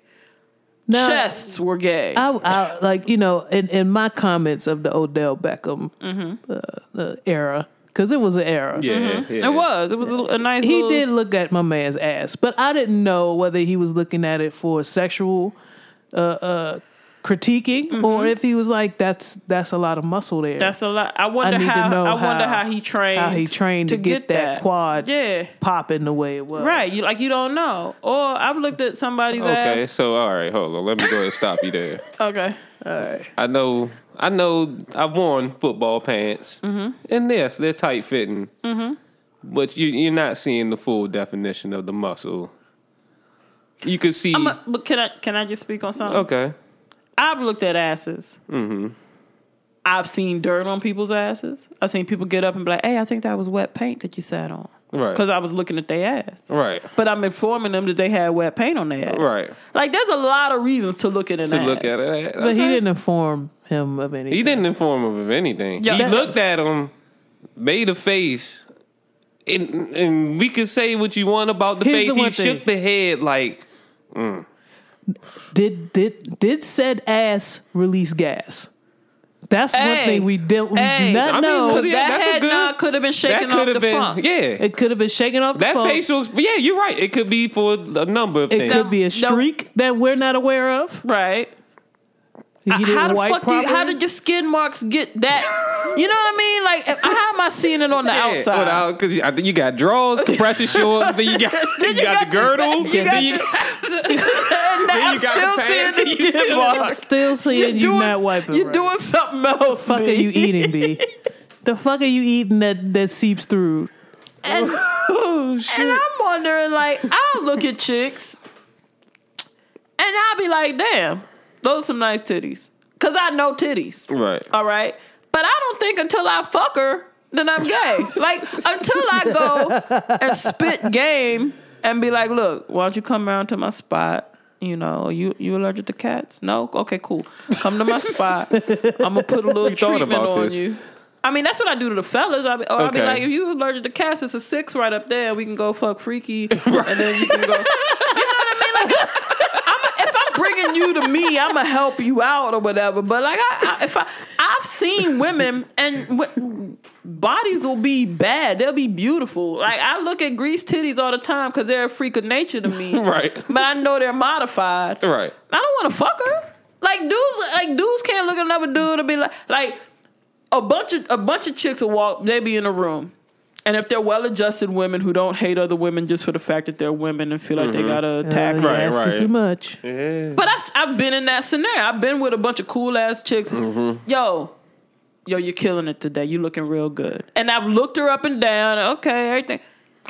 Now, chests were gay. I, I like you know in, in my comments of the Odell Beckham Mm-hmm. uh, uh, era because it was an era. Yeah, yeah. it was. It was a, a nice. He little- did look at my man's ass, but I didn't know whether he was looking at it for sexual uh, uh, critiquing or if he was like, "That's that's a lot of muscle there." Mm-hmm. That's a lot. I wonder I need to how. know I wonder how- how, he trained. how he trained to get that quad. Yeah. popping the way it was. Right. You like you don't know. Or I've looked at somebody's Okay, ass. so all right, hold on. Let me go ahead and stop you there. Okay. I know, I know, I've worn football pants, and yes, they're tight fitting. But you, you're not seeing the full definition of the muscle. You could see. I'm a- but can I can I just speak on something? okay. I've looked at asses. Mm-hmm. I've seen dirt on people's asses. I've seen people get up and be like, "Hey, I think that was wet paint that you sat on," Right. because I was looking at their ass. Right. But I'm informing them that they had wet paint on their ass. Right. Like, there's a lot of reasons to look at an To ass. look at it. But he didn't inform him of anything. He didn't inform him of anything. Yeah. he looked at him, made a face, and and we could say what you want about the Here's face. the he one thing. shook the head like Did did did said ass release gas? That's one Hey. thing we did we Hey. do I not mean, know. Because Yeah, that that's a head good- nod could have been shaking that could off the have been funk. yeah. it could have been shaking off the that phone. facial, ex- yeah, you're right. It could be for a number of It things. could be a No. streak that we're not aware of. Right. He didn't How the wipe fuck do you, how properly. did your skin marks get that? You know what I mean? Like, if- how am I seeing it on the outside? because you, I think you got drawers, compression shorts, then you got then you, got, the girdle, then you got then I'm you got still the pants. seeing the skin I'm marks. still seeing you doing- not wiping. You're right. doing something else. fuck are B. you eating, B? The fuck are you eating that that seeps through? And, and I'm wondering, like, I'll look at chicks and I'll be like, damn, those some nice titties. Cause I know titties. Right. All right. But I don't think until I fuck her then I'm gay. like until I go and spit game and be like, look, why don't you come around to my spot? You know, you you allergic to cats? No? Okay, cool. Come to my spot. I'm gonna put a little thought treatment about on this. you. I mean, that's what I do to the fellas. I be, oh, I be Okay. like, if you allergic to cats, it's a six right up there. We can go fuck freaky, and then you can go. You know what I mean? Like, I'm, if I'm bringing you to me, I'm gonna help you out or whatever. But like, I, I if I I've seen women and w- bodies will be bad. They'll be beautiful. Like I look at greased titties all the time because they're a freak of nature to me. Right. But I know they're modified. Right. I don't want to fuck her. Like dudes, like dudes can't look at another dude and be like, like a bunch of a bunch of chicks will walk. They be in a room, and if they're well-adjusted women who don't hate other women just for the fact that they're women and feel like they gotta attack, you're Mm-hmm. Right, asking right. too much. but I've, I've been in that scenario. I've been with a bunch of cool ass chicks. Mm-hmm. Yo, yo, you're killing it today. You looking real good. And I've looked her up and down. Okay, everything.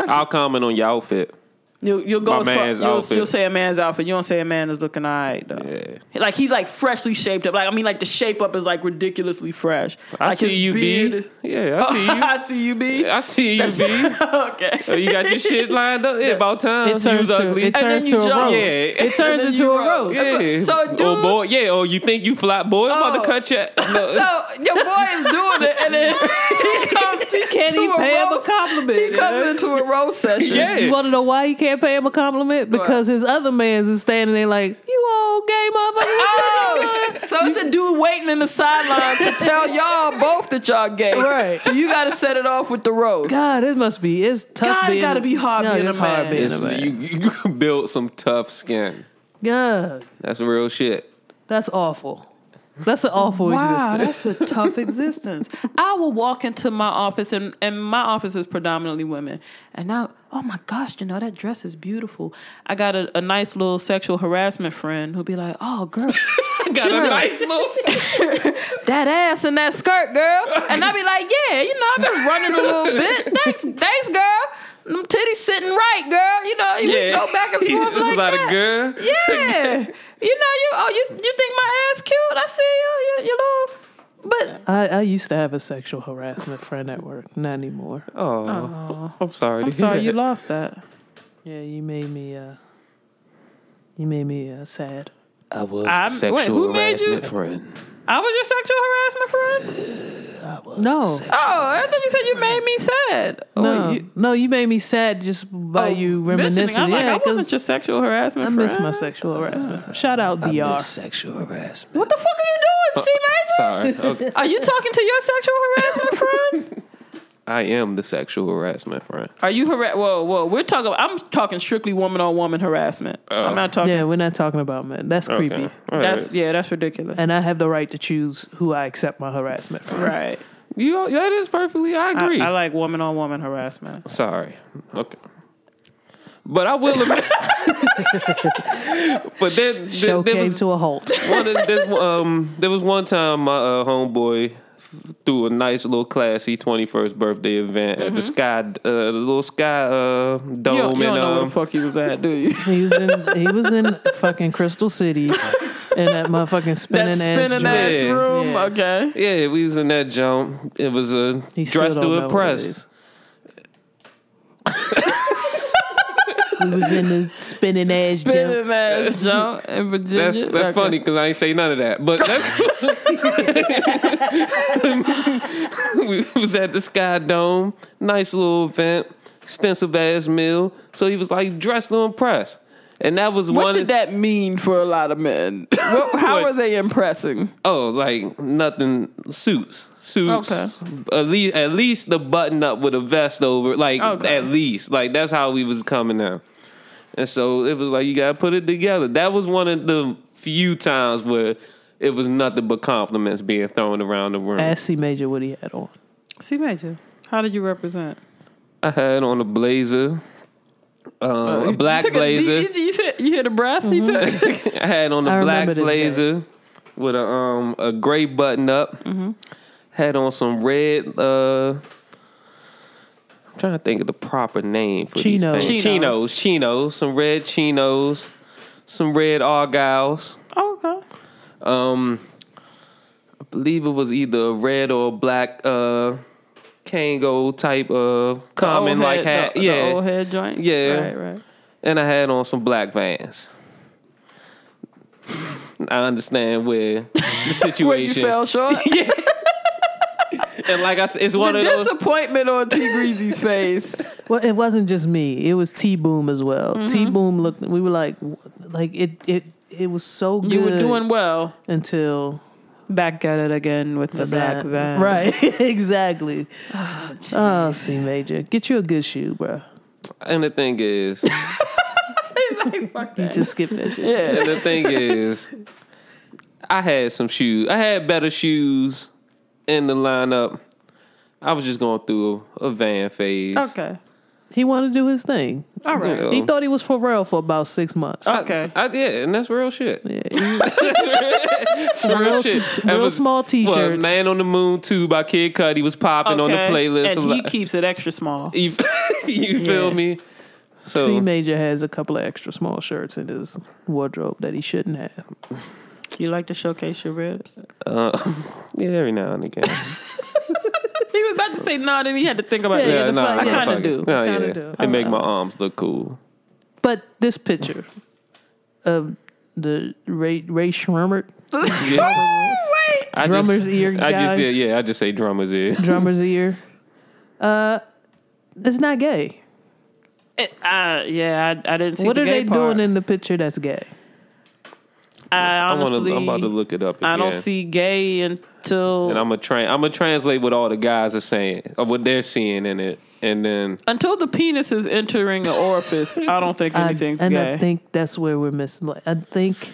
I'll comment on your outfit. You, you'll go My as far- man's you'll, outfit. you'll say a man's outfit. You don't say a man is looking all right, though. Yeah. Like, he's like freshly shaped up. Like, I mean, like the shape up is like ridiculously fresh. I like, see his you, beard B. is- Yeah, I see you. I see you, B. I see you, B. okay. Oh, You got your shit lined up. Yeah, about time. It turns you was to- ugly. it And turns then to you a jump. rose. yeah. It turns then into you a roll. rose. yeah. So a oh dude- boy, yeah. Oh, you think you fly, boy? I'm about Oh. to cut your. No. So your boy is doing it, and then he comes. He Can't even pay him a compliment. He comes into a roast session. yeah. You want to know why he can't pay him a compliment? Because his other man's is standing there like, you old gay Oh! motherfucker. So it's a dude waiting in the sidelines to tell y'all both that y'all gay. Right. So you got to set it off with the roast. God, it must be. It's tough. God, it being, gotta be hard Yeah, being a it's hard man. being It's- a man. you, you built some tough skin. yeah, That's real shit. that's awful. That's an awful existence. that's a tough existence. I will walk into my office, and, and my office is predominantly women. And now, oh my gosh, you know, that dress is beautiful. I got a, a nice little sexual harassment friend who'll be like, oh, girl, I got a nice little. that ass and that skirt, girl. And I be like, yeah, you know, I've been running a little bit. Thanks, thanks, girl. Them titties sitting right, girl. You know, you Yeah. go back and forth It's like about that. a girl. Yeah. you know, you oh you you think my ass cute? I see you, you, you little but I, I used to have a sexual harassment friend at work. Not anymore. Oh, I'm sorry. to hear that. lost that. Yeah, you made me. Uh, you made me uh, sad. I was I'm- wait, sexual who made you- harassment friend. I was your sexual harassment friend? No, Oh, I thought you said you made me sad. no, oh, you, no. You made me sad just by oh, you mentioning, reminiscing. I'm like, yeah, I wasn't 'cause your sexual harassment I friend. miss my sexual harassment. Shout out Dr. sexual harassment. What the fuck Uh, are you doing, C Major? Sorry, okay. Are you talking to your sexual harassment friend? I am the sexual harassment friend. Are you harass? Whoa, whoa. We're talking. I'm talking strictly woman on woman harassment. Oh. I'm not talking. Yeah, we're not talking about men. That's creepy. Okay. All That's right. yeah. That's ridiculous. And I have the right to choose who I accept my harassment from. right. you. That is perfectly. I I, agree. I like woman on woman harassment. Sorry. Okay. But I will admit. but there, there, Show there came was to a halt. one. of- There's, um, there was one time my uh, homeboy threw a nice little classy 21st birthday event at the sky, uh, the little sky uh, Mm-hmm. You don't, dome you in don't know where the um, fuck he was at, do you? He was in he was in fucking Crystal City in that motherfucking spinning, that spinning ass joint. room. Yeah. Okay. Yeah, we was in that jump. It was a He still dress don't know to what it impress. is. ass. He was in the spinning ass gym. Spinning ass jump in Virginia. That's that's Okay. funny because I ain't say none of that. But that's we was at the Sky Dome, nice little event, expensive ass meal. So he was like dressed to impress, and that was What one. did of, that mean for a lot of men? What, how What? are they impressing? Oh, like nothing suits, suits. Okay. At least at least the button up with a vest over, like Okay. at least like that's how we was coming down. And so it was like you gotta put it together. That was one of the few times where it was nothing but compliments being thrown around the room. Ask C Major what he had on. See, Major, how did you represent? I had on a blazer, um, a black Oh, took a deep- blazer. you, you, you hear the breath he took? I had on I a remember black this blazer with a um a gray button up. Mm-hmm. Had on some red. Uh, I'm trying to think of the proper name for Chinos. these things. Chinos. chinos, chinos, some red chinos, some red argyles. oh, okay. Um, I believe it was either a red or a black uh Kango type uh common Old like head- hat. the- the yeah, old head joint. Yeah. Right, right. and I had on some black vans. I understand where the situation. Where you fell short. And like I said, it's one the of those. disappointment on T Greasy's face. Well, it wasn't just me. It was T Boom as well. Mm-hmm. T Boom looked. We were like, w- like it. It. It was so good. You were doing well. until Back at it again with the, black that. van. Right. exactly. Oh, C major, get you a good shoe, bro. And the thing is, You just skip that shit. Yeah. and the thing is, I had some shoes. I had better shoes in the lineup. I was just going through a, a van phase. Okay. He wanted to do his thing. All You right. know. He thought he was for real for about six months. I- Okay. I, did, and that's real shit. Yeah, it's real, Real- shit. real That small t-shirts. What, Man on the Moon 2 by Kid Cudi was popping on the Okay. playlist. a And he lot. keeps it extra small. you you feel Yeah. me? So C major has a couple of extra small shirts in his wardrobe that he shouldn't have. You like to showcase your ribs? yeah, every now and again. He was about to say no, then he had to think Yeah, about it. yeah, the no, fuck- yeah, I kinda fuck it. do. No, I kinda yeah. do. It make my arms look cool. But this picture of the Ray Ray Schremer, Oh, Yeah. I Drummer's just, ear, I just yeah, guys. yeah, I just say drummer's ear. drummer's ear, uh, it's not gay. It- uh, yeah, I, I didn't see what the are gay they part. doing in the picture that's gay? I I wanna, honestly, I'm about to look it up. Again. I don't see gay until And I'm gonna tra- I'm gonna translate what all the guys are saying, or what they're seeing in it, and then until the penis is entering the orifice. I don't think I- anything's and gay. I think that's where we're missing. Like, I think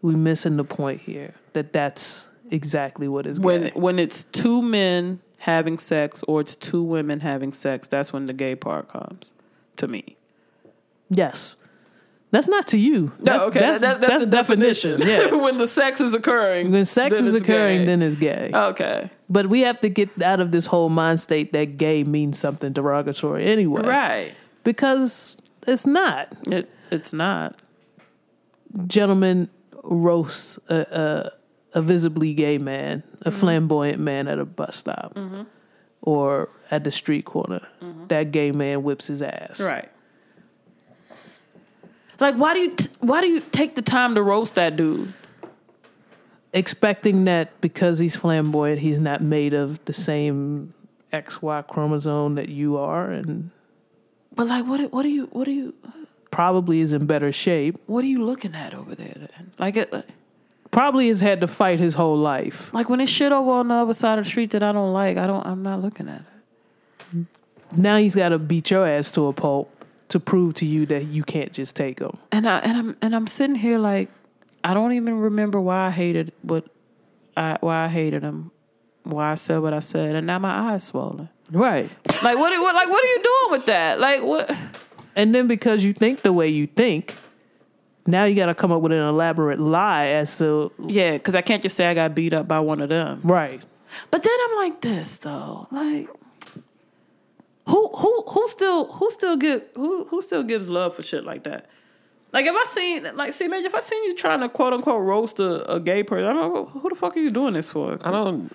we're missing the point here that that's exactly what is when gay. when it's two men having sex or it's two women having sex, that's when the gay part comes to me. Yes, that's not to you. That's, okay, that's, that- that's that's the definition. yeah. when the sex is occurring, When sex then is it's occurring, gay. then it's gay. okay, but we have to get out of this whole mind state that gay means something derogatory anyway. right? Because it's not. It it's not. Gentlemen roast a, a, a visibly gay man, a Mm-hmm. flamboyant man at a bus stop or at the street corner. That gay man whips his ass. Mm-hmm. Right. Like why do you t- why do you take the time to roast that dude? Expecting that because he's flamboyant, he's not made of the same XY chromosome that you are and But like what do- what are you what are you probably is in better shape. what are you looking at over there? Then? Like it Probably has had to fight his whole life. like when it's shit over on the other side of the street that I don't like, I don't I'm not looking at it. now he's got to beat your ass to a pulp to prove to you that you can't just take him. and I and I'm and I'm sitting here like I don't even remember why I hated what I why I hated him, why I said what I said, and now my eyes swollen. Right. Like what? what like what are you doing with that? Like what? And then because you think the way you think, now you got to come up with an elaborate lie as to Yeah, because I can't just say I got beat up by one of them. right. But then I'm like this though, like. Who who who still who still give who who still gives love for shit like that? Like if I seen like see man if I seen you trying to quote unquote roast a, a gay person, I'm like, who the fuck are you doing this for? I don't.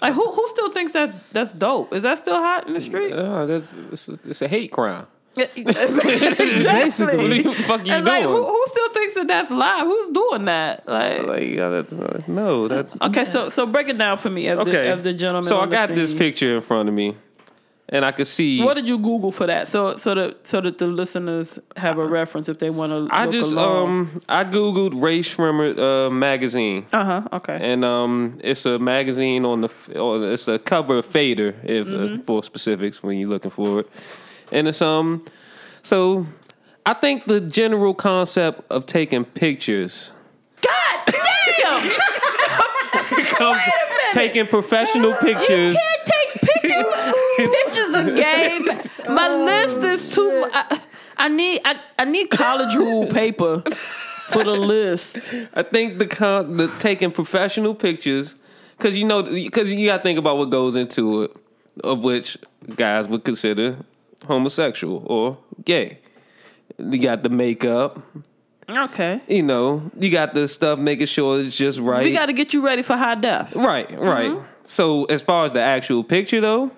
Like who who still thinks that that's dope? Is that still hot in the street? Uh, that's it's a, it's a hate crime. exactly. What the fuck are you And like who, doing? who still thinks that that's live? Who's doing that? Like, Like, yeah, that- uh, no, that's okay, so so break it down for me as the okay. as the gentleman. so I on the got this scene. picture in front of me, and I could see. What did you Google for that? So so that so that the listeners have a reference if they want to. I just um I googled Ray Shrimmer uh, magazine, Uh huh. Okay. and um it's a magazine on the f- or it's a cover of Fader if uh, for specifics when you're looking for it, and it's um so I think the general concept of taking pictures. God damn! Taking professional pictures. take pictures. pictures of game. My list is too. I, I need I, I need college rule paper for the list. I think the con- the taking professional pictures, because you know, because you got to think about what goes into it, of which guys would consider homosexual or gay. You got the makeup, Okay. you know, you got the stuff making sure it's just right. We got Mm-hmm. to get you ready for high def. right, right. So as far as the actual picture though,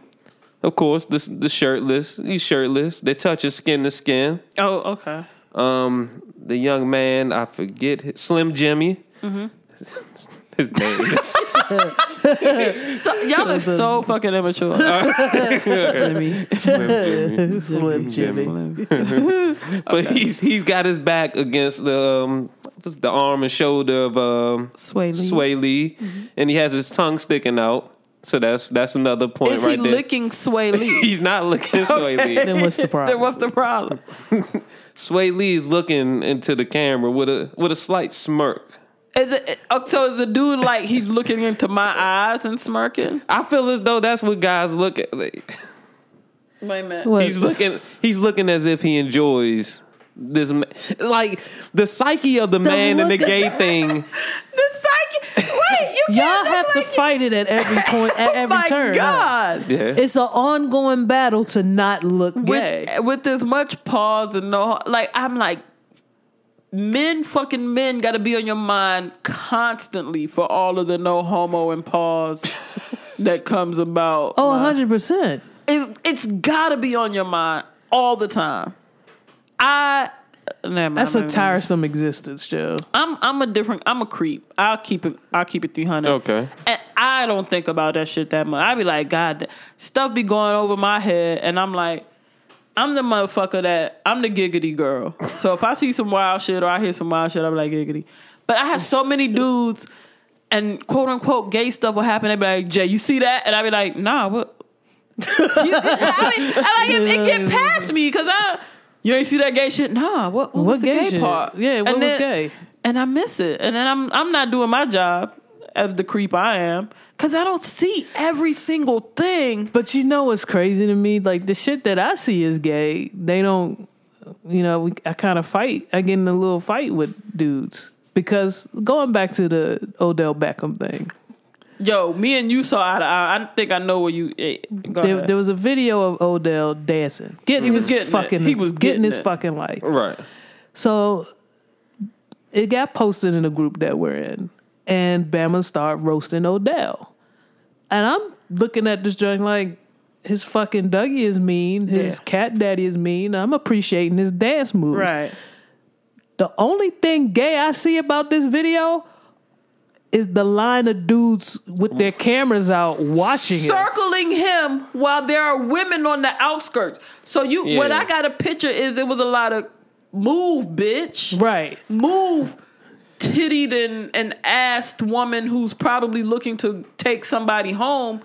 of course, this the shirtless, he's shirtless. They touch his skin to skin. Oh, okay. Um, the young man, I forget his, Slim Jimmy. Mm-hmm. His name is So, y'all are so fucking immature. Jimmy. Slim Jimmy. Slim Jimmy. But he's he's got his back against the um, what's the arm and shoulder of um, Sway Lee. Mm-hmm. Sway Lee, and he has his tongue sticking out. So that's that's another point Is right he there. licking Sway Lee? he's not looking Sway Lee. Then what's the then problem? what's the problem? Sway Lee is looking into the camera with a with a slight smirk. Is it uh, so? Is the dude like he's looking into my eyes and smirking? I feel as though that's what guys look at. Like, Wait a minute. What? he's looking he's looking as if he enjoys this ma- like the psyche of the, man and the look- gay thing. The psychic. Wait, you Y'all can't have look to like it. fight it at every point, at every My turn. huh? God. Yeah. It's an ongoing battle to not look gay. with, with as much pause and no like i'm like men fucking men gotta be on your mind constantly for all of the no homo and pause that comes about Oh, 100%. it's, it's gotta be on your mind all the time i never mind, That's I'm a not- tiresome existence, Joe. I'm I'm a different I'm a creep. I'll keep it I'll keep it 300. Okay. And I don't think about that shit that much. I be like, God, stuff be going over my head, and I'm like, I'm the motherfucker that I'm the giggity girl. So if I see some wild shit or I hear some wild shit, I'm like giggity. But I had so many dudes, and quote unquote gay stuff will happen. They be like, Jay, you see that? And I be like, Nah, what? You- I mean, and like, it, it get past me because I. You ain't see that gay shit? Nah, what, what, was the gay, shit? part? Yeah, And what was then- gay? and I miss it. And then I'm I'm not doing my job as the creep I am because I don't see every single thing. But you know what's crazy to me? Like the shit that I see is gay. They don't, you know. We, I kind of fight. I get in a little fight with dudes because going back to the Odell Beckham thing, Yo, me and you saw eye to eye. I think I know where you. eh, Go there, ahead. there was a video of Odell dancing, getting He his was getting it. fucking, He was getting, getting his it. fucking life. Right. So it got posted in a group that we're in, and Bama started roasting Odell. And I'm looking at this joint like his fucking Dougie is mean, his Yeah. cat daddy is mean. I'm appreciating his dance moves. right. The only thing gay I see about this video is the line of dudes with their cameras out watching it. Circling him while there are women on the outskirts. So you, what Yeah. I got a picture is it was a lot of move, bitch. Right. move tittied and, and assed woman who's probably looking to take somebody home.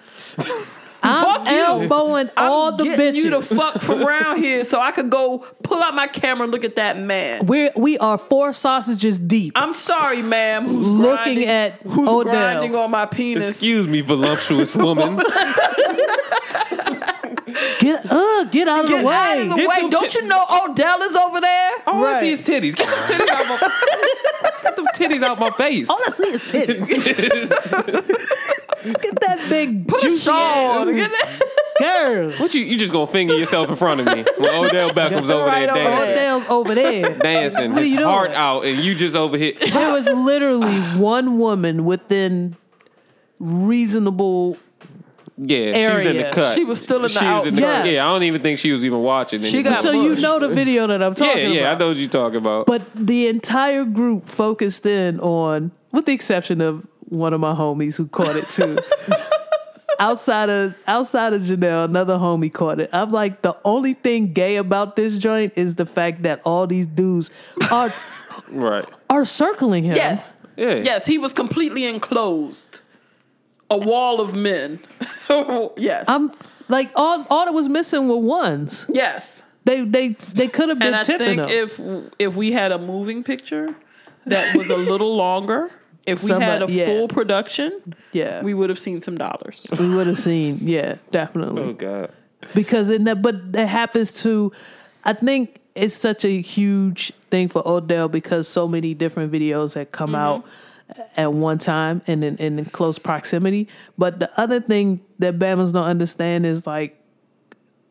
I'm Fuck you. elbowing I'm all the getting bitches. you to fuck from around here so I could go pull out my camera and look at that man. We're, we are four sausages deep. I'm sorry, ma'am, who's Looking grinding- at who's Odell. grinding on my penis. Excuse me, voluptuous woman. Get uh, get out of Get the way. out of the Get way. them Don't ti- you know Odell is over there? All I see Right. is titties. Get them titties out my Get them titties out my face. All I see is titties. Get that big Put a juicy shawl on. Get ass that- girl. What you you just gonna finger yourself in front of me when Odell Beckham's over right there dancing. over there. Odell's over there. Dancing What are his you doing? heart out and you just over here. There was literally one woman within reasonable. Yeah, she was in the Area. cut. She was still in the She was in the outside. cut. Yes. Yeah, I don't even think she was even watching. She anymore. got So you Bush. know the video that I'm Yeah, talking yeah, about. I know what you're talking about. But the entire group focused in on, with the exception of one of my homies who caught it too. outside of outside of Janelle, another homie caught it. I'm like, the only thing gay about this joint is the fact that all these dudes are right. are circling him. Yes. Yeah. Yes, he was completely enclosed. A wall of men. yes. I'm like all all that was missing were ones. yes. They they they could have been and I tipping think them. if if we had a moving picture that was a little longer, if we had a Somebody- yeah. full production, yeah, we, we would have seen some dollars. we would have seen. Yeah, definitely. Oh God. because it ne- but it happens to i think it's such a huge thing for odell because so many different videos had come out at one time and in, and in close proximity but the other thing that bama's don't understand is like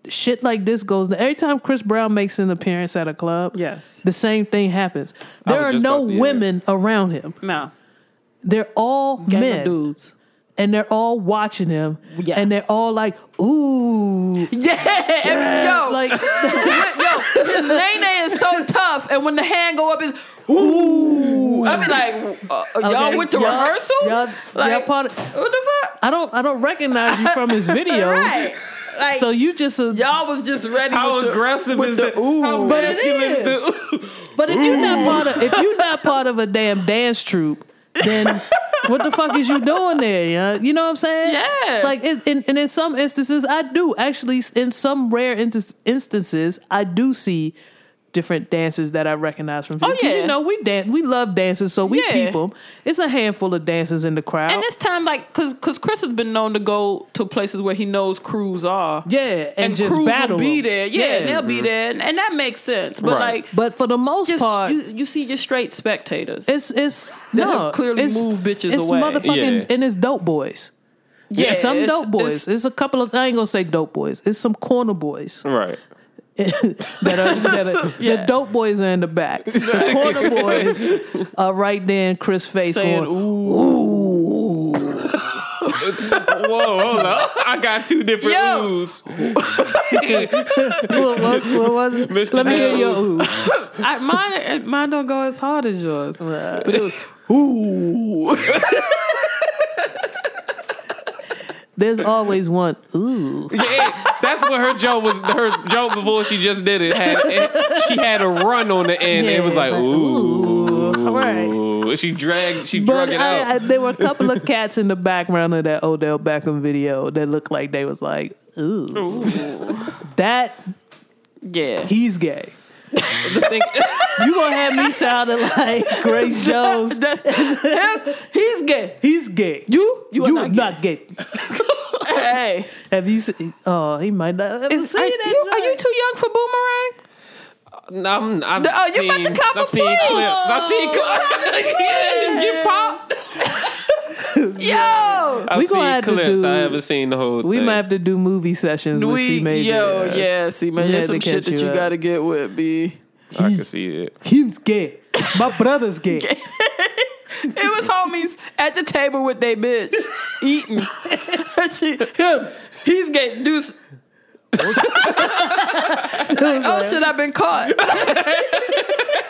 shit like this goes every time chris brown makes an appearance at a club Yes. the same thing happens there was are just no about to- yeah. women around him Now, they're all gang of men dudes. and they're all watching him Yeah. and they're all like ooh Yeah, and yo, like yo, his nene is so tough, and when the hand go up, is ooh, I'd be like, uh, y'all Okay, went to y'all- rehearsal? y'all- like, y'all part of- what the fuck? I don't I don't recognize you from his video. Right. Like, So you just a, y'all was just ready. How with the- aggressive with is the the ooh? How But it masculine is is. the ooh? but if you're not part of if you're not part of a damn dance troupe, then what the fuck is you doing there? Yeah, you know what I'm saying? Yeah. Like it, and, and in some instances, I do actually. In some rare inst- instances, I do see different dancers that I recognize from. Because, Oh, yeah. you know we dance, we love dancers, so we Yeah. keep them. It's a handful of dancers in the crowd. And this time, like, cause, cause Chris has been known to go to places where he knows crews are. yeah, and, just crews battle will be 'em. there. Yeah, and they'll be there, and, and that makes sense. But Mm-hmm. Right. like, But for the most just part, you, you see just straight spectators. It's it's That no, have clearly it's, moved bitches it's away. motherfucking Yeah. and it's dope boys. yeah, some it's- dope boys. It's, it's- a couple of I ain't gonna say dope boys. It's some corner boys Right. that are, that are the Yeah. dope boys are in the back. The corner boys are right there in Chris face Saying, going, Whoa, hold up. I got two different Yo. oohs. what, what- what was it? Mr. Let me hear your ooh. I, mine, mine don't go as hard as yours. But it was, ooh. There's always one ooh. Yeah, that's what her joke was. Her joke before she just did it. Had, it- she had a run on the end. and it was Yeah, like, like, ooh. ooh. She dragged. She But drug it out. I, I, there were a couple of cats in the background of that Odell Beckham video that looked like they was like, ooh, that Yeah, he's gay. you gonna have me sounding like Grace Jones? he's gay. He's gay. You you are not, gay. Hey, Have you seen? Oh, he might not. Have is, seen are, that you, are joint. you too young for boomerang? I'm, I'm Oh, you about to seeing- cop a I've seen clips. plea. I've seen clips. yeah, just get popped. Yo, I've We gonna seen have to clips. do- I haven't seen the whole We thing. might have to do movie sessions with C Major. yo, uh, yeah, see, man, We there's had to some catch shit you that you up. gotta get with, B. I can see it. He's gay. My brother's gay. It was homies at the table with they bitch eating. she, him, he's gay. Deuce. oh shit, I've been caught.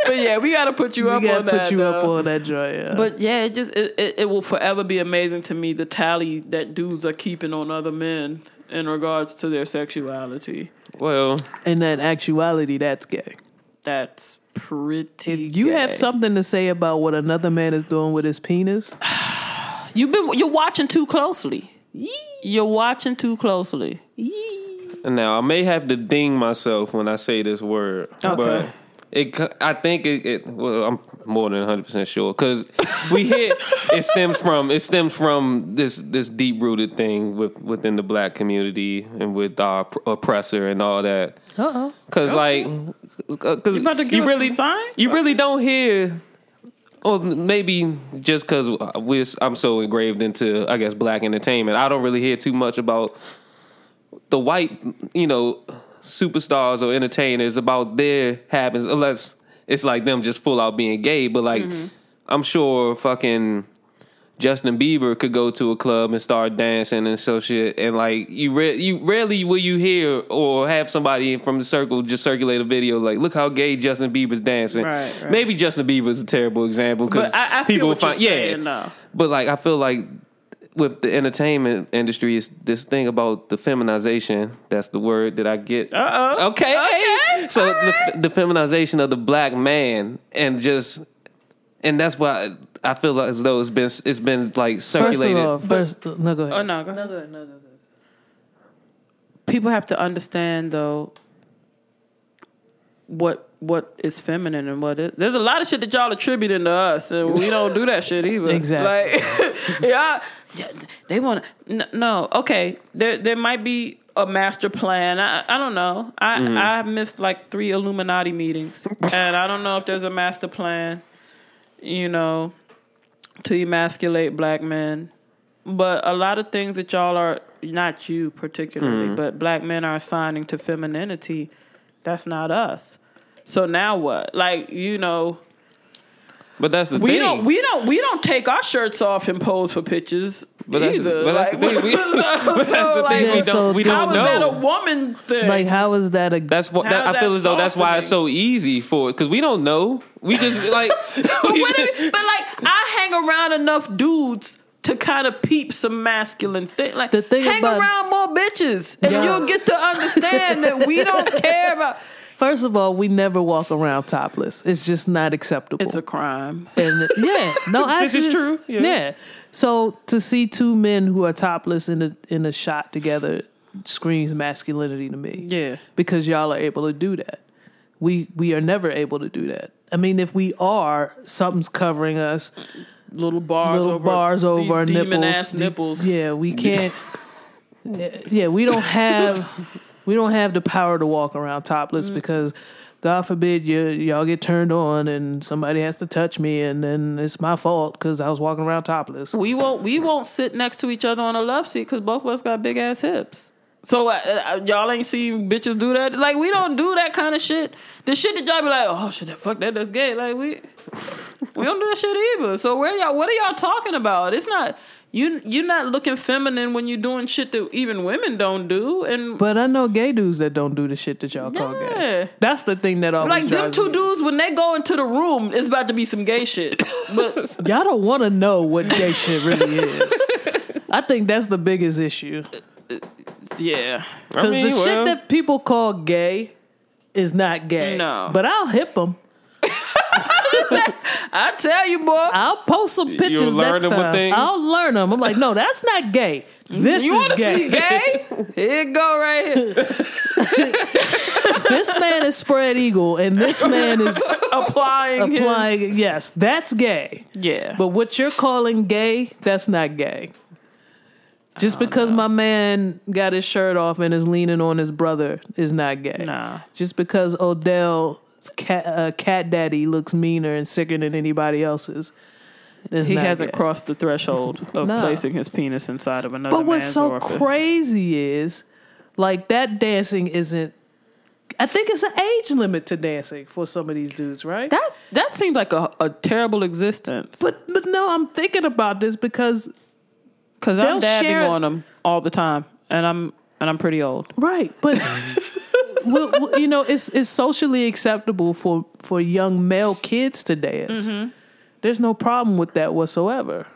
but yeah, we gotta put you We up gotta on put that. you up though. on that joint. Yeah. But yeah, it just it, it, it will forever be amazing to me the tally that dudes are keeping on other men in regards to their sexuality. Well, in that actuality, that's gay. That's pretty. You have gay. something to say about what another man is doing with his penis? You've been you're watching too closely. You're watching too closely. now I may have to ding myself when I say this word, but it. co- I think it. it well, I'm more than 100 percent sure because we hit. it stems from. It stems from this this deep rooted thing with, within the black community and with our opp- oppressor and all that. Uh oh. Cause like, cause about to give you us really, some signs? you really don't hear. Or maybe just because we're, I'm so engraved into, I guess, black entertainment, I don't really hear too much about the white, you know, superstars or entertainers about their habits, unless it's like them just full out being gay. But like, Mm-hmm. I'm sure fucking Justin Bieber could go to a club and start dancing and so shit, and like you, re- you rarely will you hear or have somebody from the circle just circulate a video like, look how gay Justin Bieber's dancing. Right, right. Maybe Justin Bieber's a terrible example because But I- I feel people what you're find yeah, saying, though. but like I feel like with the entertainment industry, it's this thing about the feminization. That's the word that I get. Uh oh. Okay. Okay. So the, the feminization of the black man, and just, and that's why I feel as though it's been it's been like First of circulated. all, first, no, go ahead. Oh no, go ahead. People have to understand though what what is feminine and what is there's a lot of shit that y'all attributing to us and we don't do that shit either. Exactly. Like y'all, yeah, they want no, no. Okay, there there might be a master plan. I I don't know. I I missed like three Illuminati meetings and I don't know if there's a master plan. You know, to emasculate black men. But a lot of things that y'all are not you particularly, but black men are assigning to femininity, that's not us. So now what? Like, you know, but that's the we thing. don't we don't we don't take our shirts off and pose for pictures But that's, either. but that's the Like, thing. We, but that's so, the thing. like, we so don't. We How don't is that a know. woman thing? Like, how is that a? That's what how that, is I that feel as though that's why it's so softening? easy for us because we don't know. We just like. but, what if- but like I hang around enough dudes to kind of peep some masculine thing. Like The thing hang about- around more bitches, and Yeah. you'll get to understand that we don't care about. First of all, we never walk around topless. It's just not acceptable. It's a crime. And yeah, no, I This is just- true, yeah. Yeah. So to see two men who are topless in a in a shot together screams masculinity to me. Yeah. Because y'all are able to do that. We we are never able to do that. I mean, if we are, something's covering us. Little bars little over bars over our these demon nipples. ass These- nipples. Yeah, we can't. yeah, we don't have we don't have the power to walk around topless Mm. because God forbid you y'all get turned on and somebody has to touch me and then it's my fault because I was walking around topless. We won't. We won't sit next to each other on a love seat because both of us got big ass hips. So uh, uh, y'all ain't seen bitches do that. Like we don't do that kind of shit. The shit that y'all be like, oh shit, that fuck that, that's gay. Like we, we don't do that shit either. So where y'all? What are y'all talking about? It's not you. You're not looking feminine when you're doing shit that even women don't do. And But I know gay dudes that don't do the shit that y'all call Yeah. gay. That's the thing that always like them drives two me. dudes when they go into the room, it's about to be some gay shit. But Y'all don't want to know what gay shit really is. I think that's the biggest issue. yeah, I Because mean, the well, shit that people call gay is not gay. No. But I'll hip them. I tell you, boy. I'll post some pictures learn next 'em a time. thing? I'll learn them. I'm like, no, that's not gay. This Mm-hmm. you is want to gay. see gay? Here it go right here. This man is spread eagle, and this man is applying, his- applying. Yes, that's gay. yeah. But what you're calling gay, that's not gay. Just because my man got his shirt off and is leaning on his brother is not gay. Nah. Just because Odell's cat, uh, cat daddy looks meaner and sicker than anybody else's. is he not hasn't gay. crossed the threshold of No. placing his penis inside of another But what's man's so orifice. crazy is, like that dancing isn't. I think it's an age limit to dancing for some of these dudes, right? That that seems like a, a terrible existence. but but no, I'm thinking about this because because I'm they'll dabbing share- on him all the time, and I'm and I'm pretty old. right, but well, well, you know, it's it's socially acceptable for for young male kids to dance. There's no problem with that whatsoever.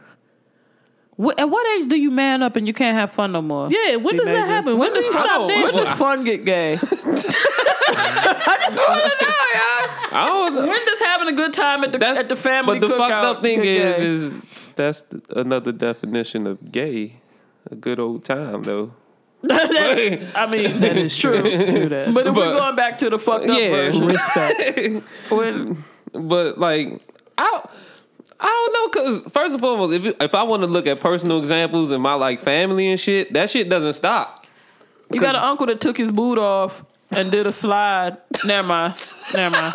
What, at what age do you man up and you can't have fun no more? Yeah, when does that happen? When, do you stop stop dancing? dancing? When does fun get gay? I just want to know, y'all. I don't know. When does having a good time at the That's at the family But the cookout fucked up thing get is, gay? is that's th- another definition of gay. A good old time though. I mean, that is true. Do that. But if But- we're going back to the fucked up Yeah. version, Respect. when but like I I don't know because first and foremost, if you- if I want to look at personal examples in my like family and shit, that shit doesn't stop. you got an uncle that took his boot off and did a slide. Never mind. Never mind.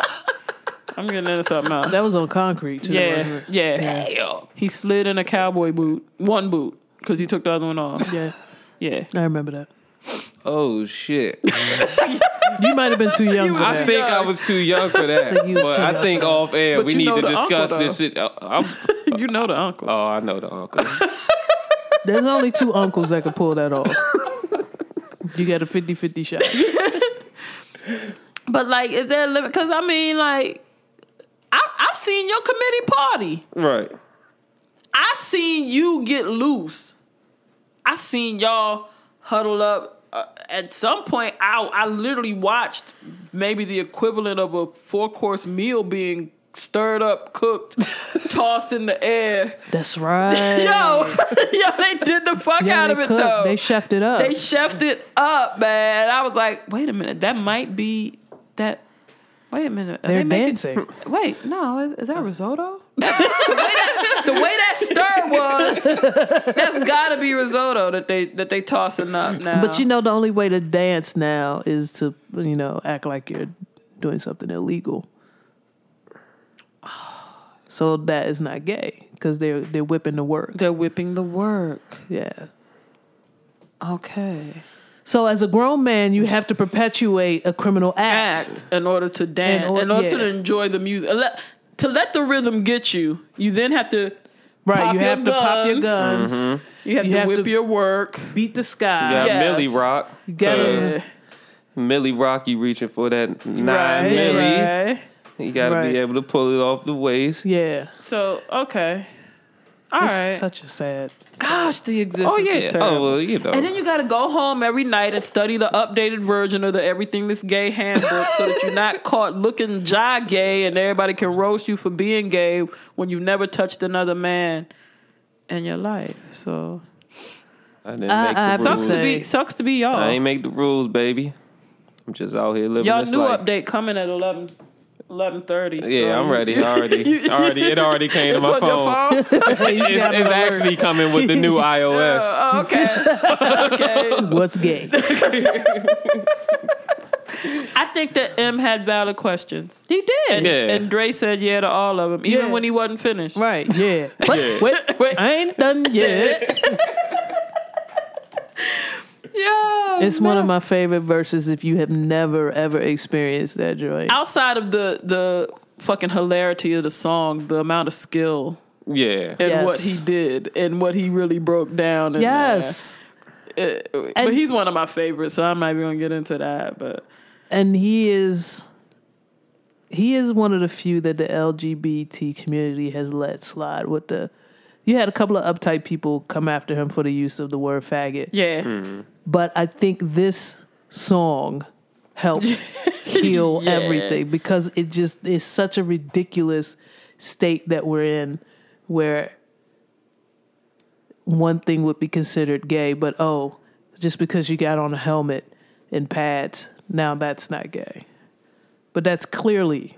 I'm getting into something else. That was on concrete too. wasn't yeah, it? yeah. He slid in a cowboy boot, one boot, because he took the other one off. yeah. Yeah. I remember that. Oh shit! You might have been too young. for that. I think I was too young for that. you was but too I young think off air But we you need know to the uncle, discuss this though. shit. I- I'm- You know the uncle. oh, I know the uncle. There's only two uncles that could pull that off. You got a 50 50 shot. But like, is there a limit? Because I mean, like, I, I've seen your committee party. right. I've seen you get loose. I seen y'all huddle up. Uh, at some point, I I literally watched maybe the equivalent of a four course meal being stirred up, cooked, tossed in the air. That's right. Yo, yo, they did the fuck Yeah, out they of it cooked. though. They chefed it up. They chefed it up, man. I was like, wait a minute, that might be that. Wait a minute, are They're they making- dancing. Wait, no, is, is that risotto? the, way that, the way that stir was, that's gotta be risotto that they that they tossing up now. But you know, the only way to dance now is to, you know, act like you're doing something illegal. So that is not gay because they're, they're whipping the work. they're whipping the work. Yeah. Okay, So as a grown man, you have to perpetuate a criminal act. act in order to dance, in, In or- order yeah. to enjoy the music. Let- to let the rhythm get you, you then have to Right. Pop you your have to pop your guns. Mm-hmm. guns. You have You to have whip to- your work. Beat the sky. You got Yeah. Yes. Millie Rock. got it. 'cause Millie Rock, you reaching for that nine Right, milli. right. You gotta Right. be able to pull it off the waist. Yeah. So okay. All It's right. such a sad. Gosh, the existence Oh is yeah. terrible. Oh well, you know. And then you got to go home every night and study the updated version of the Everything This Gay Handbook so that you're not caught looking jai gay and everybody can roast you for being gay when you never touched another man in your life. So I didn't I- make I have the to rules. uh, sucks to say- be sucks to be I ain't y'all. make the rules, baby. I'm just out here living Y'all this new life. update coming at 11 11:30. so- Yeah, I'm ready. I already, already, it already came to It's my on phone. your phone. It's, it's actually coming with the new iOS. Oh, okay. okay. What's gay? I think that M had valid questions. he did. And, Yeah. and Dre said yeah to all of them, even Yeah. when he wasn't finished. Right. Yeah. What? Yeah. Wait, Wait. I ain't done yet. Yeah. It's one of my favorite verses. If you have never ever experienced that joy, outside of the the fucking hilarity of the song, the amount of skill Yeah. and Yes. what he did and what he really broke down. in yes. there. Uh, but And- he's one of my favorites, so I'm not even gonna get into that. But and he is he is one of the few that the LGBT community has let slide with the you had a couple of uptight people come after him for the use of the word faggot. yeah, But I think this song helped heal everything because it just is such a ridiculous state that we're in where one thing would be considered gay, but oh, just because you got on a helmet and pads, now that's not gay. But that's clearly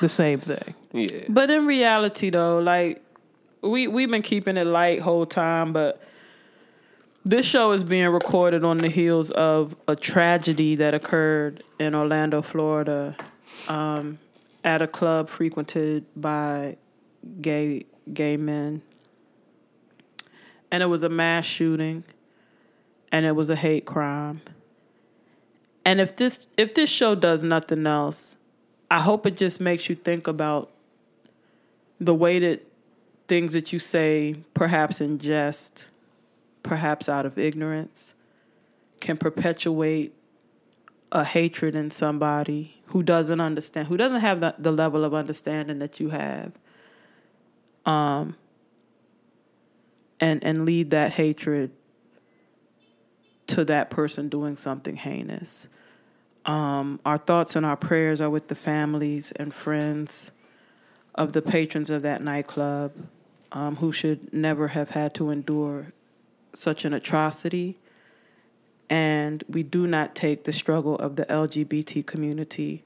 the same thing. Yeah. but in reality though, like we we've been keeping it light whole time, but this show is being recorded on the heels of a tragedy that occurred in Orlando, Florida, um, at a club frequented by gay gay men, and it was a mass shooting, and it was a hate crime. And if this if this show does nothing else, I hope it just makes you think about the way that things that you say, perhaps in jest, perhaps out of ignorance, can perpetuate a hatred in somebody who doesn't understand, who doesn't have the, the level of understanding that you have. Um, and and lead that hatred to that person doing something heinous. Um, our thoughts and our prayers are with the families and friends of the patrons of that nightclub um, who should never have had to endure such an atrocity. And we do not take the struggle of the LGBT community,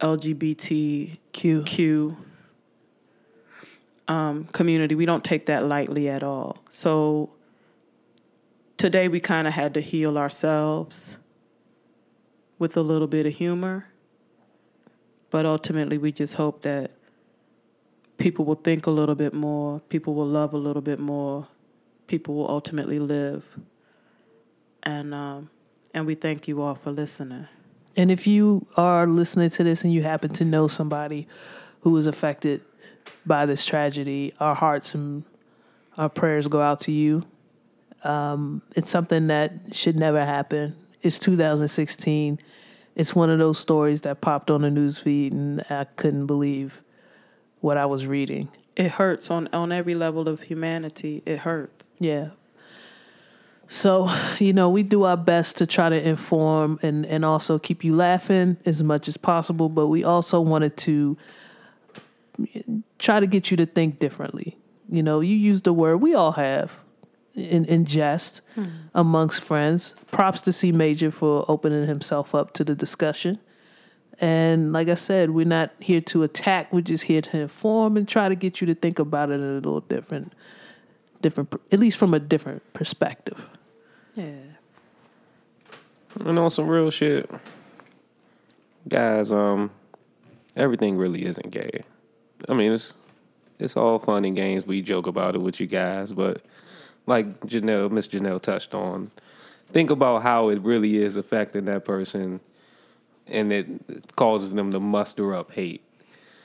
LGBTQ um, community, we don't take that lightly at all. So today we kind of had to heal ourselves with a little bit of humor. But ultimately, we just hope that people will think a little bit more, people will love a little bit more, people will ultimately live. And um, and we thank you all for listening. And if you are listening to this and you happen to know somebody who was affected by this tragedy, our hearts and our prayers go out to you. Um, it's something that should never happen. It's 2016. It's one of those stories that popped on the news feed, and I couldn't believe what I was reading. It hurts on on every level of humanity. It hurts. Yeah. So, you know, we do our best to try to inform and, and also keep you laughing as much as possible, but we also wanted to try to get you to think differently. You know, you use the word we all have in, in jest amongst friends. Props to C Major for opening himself up to the discussion. And like I said, we're not here to attack, we're just here to inform and try to get you to think about it in a little different different per- at least from a different perspective Yeah. And on some real shit. Guys, um, everything really isn't gay. I mean, it's it's all fun and games. We joke about it with you guys, but like Janelle, Miss Janelle touched on, think about how it really is affecting that person and it causes them to muster up hate.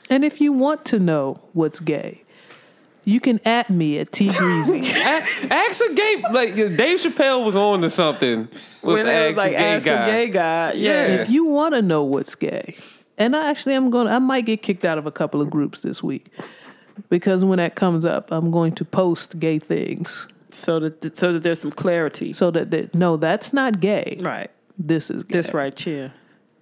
and if you want to know what's gay You can at me at T Greasy. A- Ask a gay like Dave Chappelle was on to something with When they Ask was like a gay ask guy. a gay guy. Yeah. Yeah. if you want to know what's gay, and I actually am going, to I might get kicked out of a couple of groups this week because when that comes up, I'm going to post gay things So that so that there's some clarity. so that they, no, that's not gay. Right. This is gay. This right here.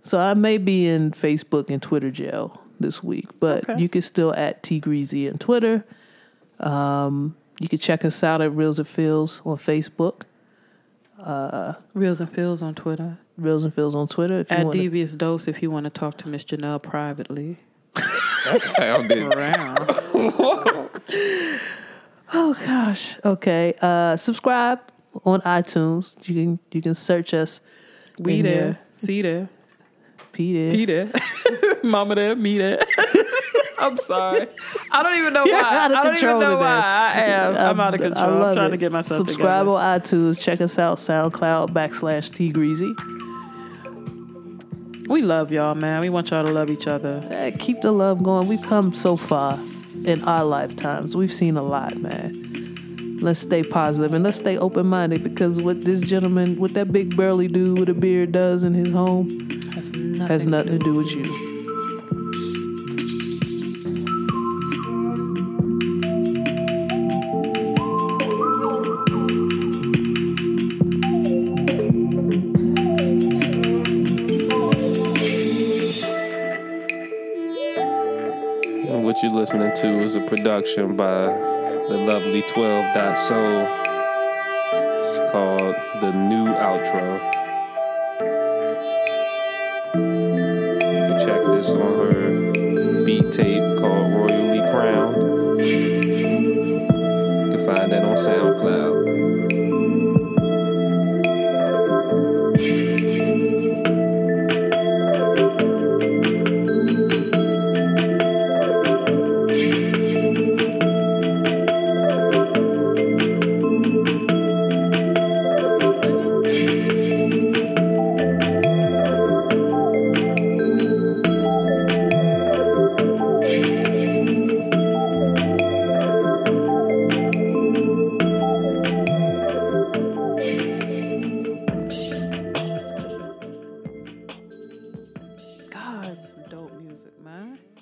So I may be in Facebook and Twitter jail this week, but Okay. you can still at T Greasy on Twitter. Um, you can check us out at Reels and Feels on Facebook, Reels and feels on Twitter. Reels and Feels on Twitter. If you At wanna- Devious Dose if you want to talk to Miss Janelle privately. That sounded Around. Oh gosh. Okay. Uh, subscribe on iTunes. You can you can search us. We In there. here. See there. Peter. He there. Mama there. Me there. I'm sorry. I don't even know why. You're out of I don't even control know today. why I am. I'm out of I control. I'm love trying it. to get myself Subscribe together. on iTunes. Check us out. SoundCloud backslash T Greasy. We love y'all, man. We want y'all to love each other. Eh, keep the love going. We've come so far in our lifetimes. We've seen a lot, man. Let's stay positive and let's stay open minded because what this gentleman, what that big burly dude with a beard does in his home Has nothing, has nothing to do with you. And what you're listening to is a production by the lovely 12 Dot Soul. It's called The New Outro. You can check this on her beat tape called Royally Crowned. You can find that on SoundCloud. God, some dope music, man.